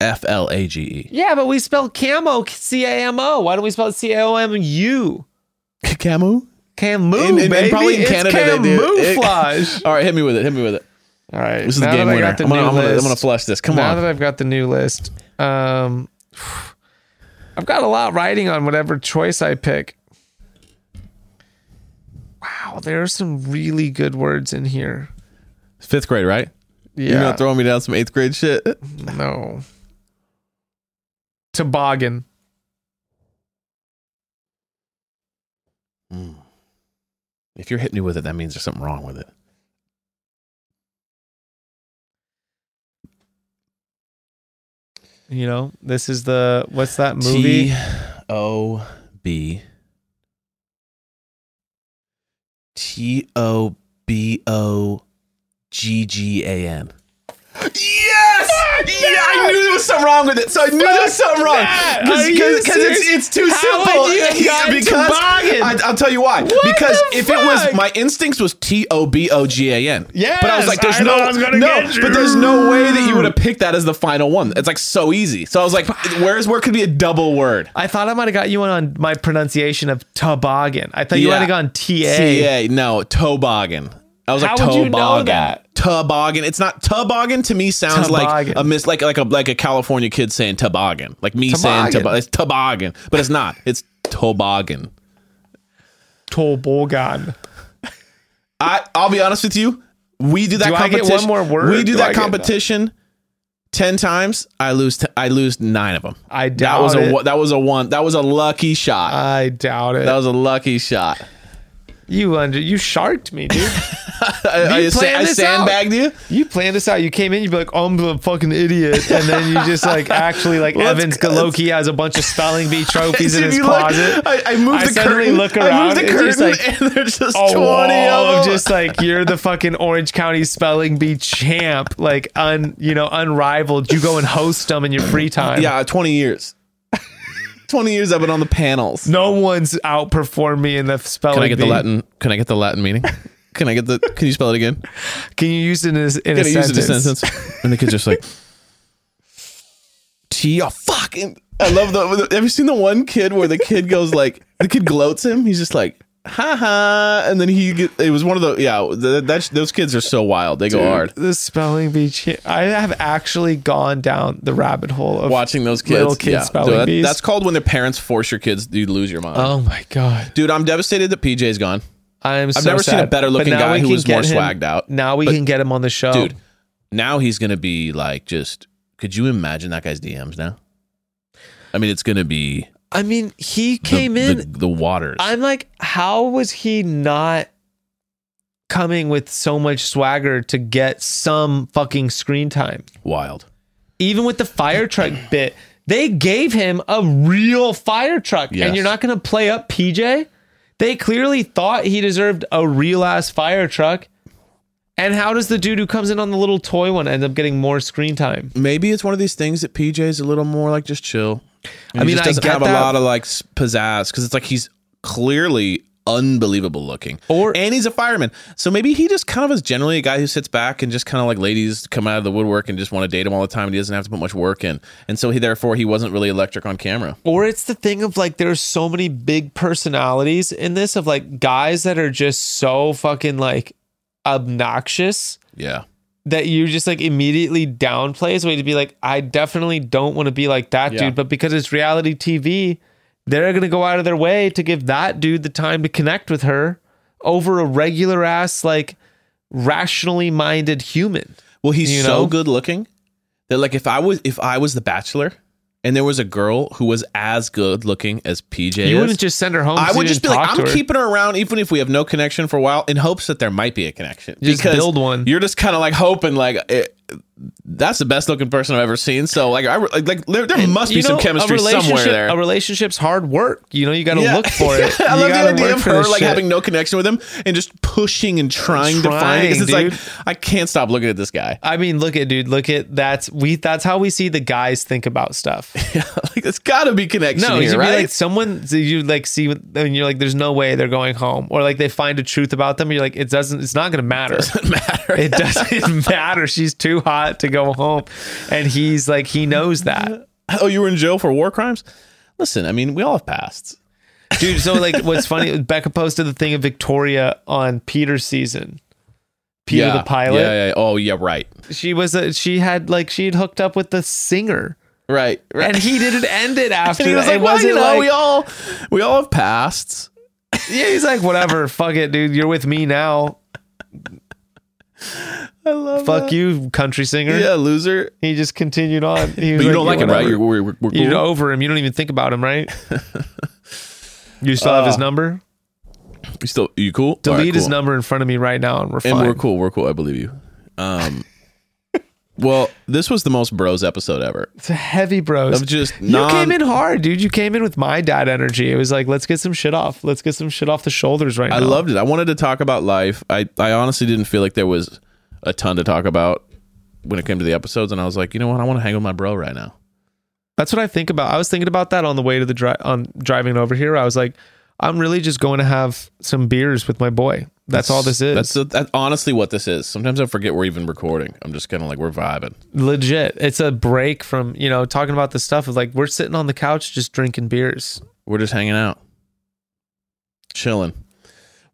S3: F L A G E.
S5: Yeah, but we spell camo C A M O. Why don't we spell it C A O M U?
S3: Camu.
S5: Camu,
S3: In- in-
S5: baby.
S3: and probably in
S5: It's
S3: Canada they do. It-
S5: camouflage.
S3: All right, hit me with it. Hit me with it.
S5: All right.
S3: This is
S5: now
S3: the game
S5: that I
S3: winner.
S5: got the
S3: I'm, gonna,
S5: new
S3: I'm, gonna, I'm
S5: list-
S3: gonna flush this. Come
S5: now
S3: on.
S5: that I've got the new list, um, I've got a lot riding on whatever choice I pick. Wow, there are some really good words in here.
S3: Fifth grade, right? You're
S5: Yeah.
S3: not throwing me down some eighth grade shit.
S5: no. Toboggan.
S3: Mm. If you're hitting me with it, that means there's something wrong with it.
S5: You know, this is the what's that movie?
S3: T O B T O B O G G A N. Yes! Yeah, I knew there was something wrong with it. So I knew there was something wrong.
S5: Are you
S3: Because it's,
S5: serious?
S3: it's too
S5: How
S3: simple.
S5: would you have gotten toboggan?
S3: I, I'll tell you why. because
S5: the
S3: if it was
S5: fuck?
S3: my instincts was T O B O G A N.
S5: Yes,
S3: but I was like, there's
S5: I
S3: no,
S5: thought I was gonna
S3: no,
S5: get you.
S3: but there's no way that you would have picked that as the final one. It's like so easy. So I was like, where's where could be a double word?
S5: I thought I might have got you one on my pronunciation of toboggan. I thought you
S3: Yeah.
S5: might have gone T A.
S3: T A. No, toboggan. I was like
S5: How would you know
S3: toboggan.
S5: that?
S3: Toboggan. It's not toboggan to me sounds
S5: Toboggan.
S3: like a mis like like a like a California kid saying toboggan. Like me saying
S5: Toboggan.
S3: tobo- it's toboggan, but it's not. It's toboggan.
S5: Toboggan.
S3: I I'll be honest with you. We do that
S5: Do I get
S3: competition.
S5: one more word?
S3: We do,
S5: Do I
S3: that
S5: get-
S3: competition ten times. I lose. T- I lose nine of them.
S5: I
S3: that
S5: doubt
S3: was a
S5: it. Uh,
S3: wa- that was a one. That was a lucky shot.
S5: I doubt it.
S3: that was a lucky shot.
S5: you under you sharked me, dude.
S3: I, I,
S5: You
S3: sa-
S5: planned
S3: I
S5: this out.
S3: sandbagged you.
S5: You planned this out. You came in, you'd be like, I'm a fucking idiot. And then you just like actually like
S3: Let's
S5: Evans
S3: go.
S5: Galoki has a bunch of spelling bee trophies in
S3: If
S5: his
S3: you look-
S5: closet.
S3: I, I moved
S5: I
S3: the
S5: suddenly
S3: curtain.
S5: look
S3: I
S5: around,
S3: moved the
S5: it's just
S3: curtain,
S5: like
S3: and there's just
S5: a
S3: twenty
S5: wall
S3: of them.
S5: just like you're the fucking Orange County spelling bee champ, like un you know unrivaled. You go and host them in your free time.
S3: yeah, twenty years. twenty years I've been on the panels.
S5: no one's outperformed me in the spelling.
S3: Can I get the
S5: bee.
S3: Latin? Can I get the Latin meaning? Can I get the? Can you spell it again?
S5: Can you use it in a, in a
S3: Can I use it in a
S5: sentence?
S3: sentence? And the kid's just like, "T oh fucking." I love the. Have you seen the one kid where the kid goes like, the kid gloats him? He's just like, ha ha, and then he. Get, it was one of the. Yeah, th- that's those kids are so wild. They go hard.
S5: The spelling bee. Cha- I have actually gone down the rabbit hole of
S3: Watching those kids,
S5: little kids spelling
S3: that-
S5: bees.
S3: That's called when their parents force your kids. You lose your mind,
S5: Oh my god,
S3: dude. I'm devastated that PJ's gone.
S5: I'm.
S3: I've never seen a better looking guy who was more
S5: swagged
S3: swagged out.
S5: Now we
S3: But-
S5: can get him on the show,
S3: dude. Now he's gonna be like, just could you imagine that guy's DMs now? I mean, it's gonna be
S5: I mean, he
S3: the-
S5: came
S3: the,
S5: in.
S3: the, waters.
S5: I'm like, how was he not coming with so much swagger to get some fucking screen time?
S3: wild.
S5: Even with the fire truck bit, they gave him a real fire truck,
S3: Yes.
S5: and you're not going to play up PJ. They clearly thought he deserved a real ass fire truck. And how does the dude who comes in on the little toy one end up getting more screen time?
S3: Maybe it's one of these things that PJ's a little more like just chill.
S5: I
S3: I
S5: mean,
S3: mean, he
S5: I
S3: just doesn't
S5: get
S3: have
S5: that.
S3: a lot of like s- pizzazz because it's like he's clearly unbelievable looking,
S5: Or-
S3: and he's a fireman. So maybe he just kind of is generally a guy who sits back and just kind of like ladies come out of the woodwork and just want to date him all the time, and he doesn't have to put much work in, and so he therefore he wasn't really electric on camera.
S5: or it's the thing of like there's so many big personalities in this of like guys that are just so fucking like obnoxious
S3: Yeah.
S5: that you just like immediately downplay as a way to be like I definitely don't want to be like that
S3: Yeah.
S5: dude but because it's reality TV they're going to go out of their way to give that dude the time to connect with her over a regular ass like rationally minded human
S3: Well, he's
S5: you
S3: so
S5: know?
S3: good looking that like if I was if I was the bachelor and there was a girl who was as good looking as PJ
S5: you
S3: is,
S5: wouldn't just send her home
S3: I
S5: so you
S3: would just be
S5: didn't
S3: like,
S5: talk to
S3: I'm
S5: her.
S3: keeping her around even if we have no connection for a while in hopes that there might be a connection.
S5: Just build one.
S3: You're just kind of like hoping like it, that's the best looking person I've ever seen. So like I re- like, like there, there must be
S5: You
S3: some
S5: know,
S3: chemistry
S5: a
S3: somewhere
S5: relationship-
S3: there.
S5: A relationship's hard work. You know, you got to
S3: Yeah.
S5: look for it.
S3: I
S5: You
S3: love
S5: gotta
S3: the idea
S5: work
S3: of
S5: for
S3: her
S5: this
S3: like
S5: shit.
S3: having no connection with him and just pushing and trying, to find it. 'Cause
S5: Trying,
S3: It's like I can't stop looking at this guy.
S5: I mean, look at dude. Look at that's we. That's how we see the guys think about stuff.
S3: like it's got to be connection
S5: No,
S3: here,
S5: you'd
S3: right?
S5: be like someone. so You like see, and you're like, there's no way they're going home, or like they find a truth about them. You're like, it doesn't. It's not gonna matter.
S3: doesn't matter.
S5: It doesn't matter. She's too hot to go home, and he's like, he knows that.
S3: oh, you were in jail for war crimes? Listen, I mean, we all have pasts.
S5: dude. So like, what's funny? Becca posted the thing of Victoria on Peter's season. Peter the pilot.
S3: Yeah, yeah, yeah. Oh, yeah, right.
S5: She was a, she had like she had hooked up with the singer,
S3: Right, right.
S5: and he didn't end it after.
S3: And he was
S5: that.
S3: like,
S5: it
S3: well, you
S5: wasn't
S3: know,
S5: like,
S3: we all we all have pasts.
S5: yeah, he's like, whatever, fuck it, dude. You're with me now.
S3: I love
S5: Fuck you, country singer.
S3: Yeah, loser.
S5: He just continued on. He was
S3: But you don't like
S5: yeah,
S3: it, right?
S5: whatever.
S3: You're, we're, we're, we're
S5: You're
S3: cool.
S5: over him. You don't even think about him, right? you still have his number.
S3: You still you cool? All
S5: Delete
S3: right,
S5: his
S3: Uh, cool.
S5: number in front of me right now, and we're fine.
S3: And we're cool. We're cool. I believe you. Um, well, this was the most bros episode ever.
S5: It's a heavy bros.
S3: Of just
S5: you
S3: non-
S5: came in hard, dude. You came in with my dad energy. It was like, let's get some shit off. Let's get some shit off the shoulders right
S3: I
S5: now.
S3: loved it. I wanted to talk about life. I, I honestly didn't feel like there was a ton to talk about when it came to the episodes, and I was like, you know what? I want to hang with my bro right now.
S5: That's what I think about. I was thinking about that on the way to the drive on driving over here. I was like, I'm really just going to have some beers with my boy. That's, all this is.
S3: That's, that's honestly what this is. Sometimes I forget we're even recording. I'm just kind of like we're vibing.
S5: legit. It's a break from, you know, talking about the stuff of like we're sitting on the couch just drinking beers.
S3: We're just hanging out, chilling.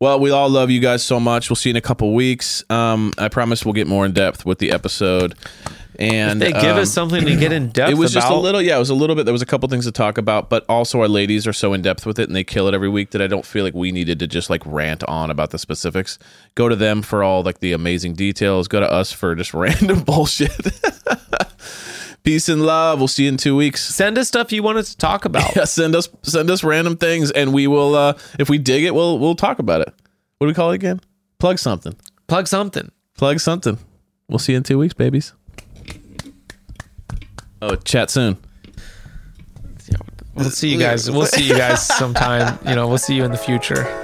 S3: Well, we all love you guys so much. We'll see you in a couple weeks. Um, I promise we'll get more in depth with the episode. And
S5: They give
S3: um,
S5: us something to get in depth.
S3: It was just a
S5: about.
S3: little, yeah, it was a little bit. There was a couple things to talk about, but also our ladies are so in depth with it and they kill it every week that I don't feel like we needed to just like rant on about the specifics. Go to them for all like the amazing details. Go to us for just random bullshit. Peace and love. We'll see you in two weeks.
S5: Send us stuff you want us to talk about.
S3: Yeah, send us send us random things, and we will. uh If we dig it, we'll we'll talk about it. What do we call it again? Plug something.
S5: Plug something.
S3: Plug something. We'll see you in two weeks, babies. Oh, chat soon.
S5: We'll see you guys. We'll see you guys sometime. You know, we'll see you in the future.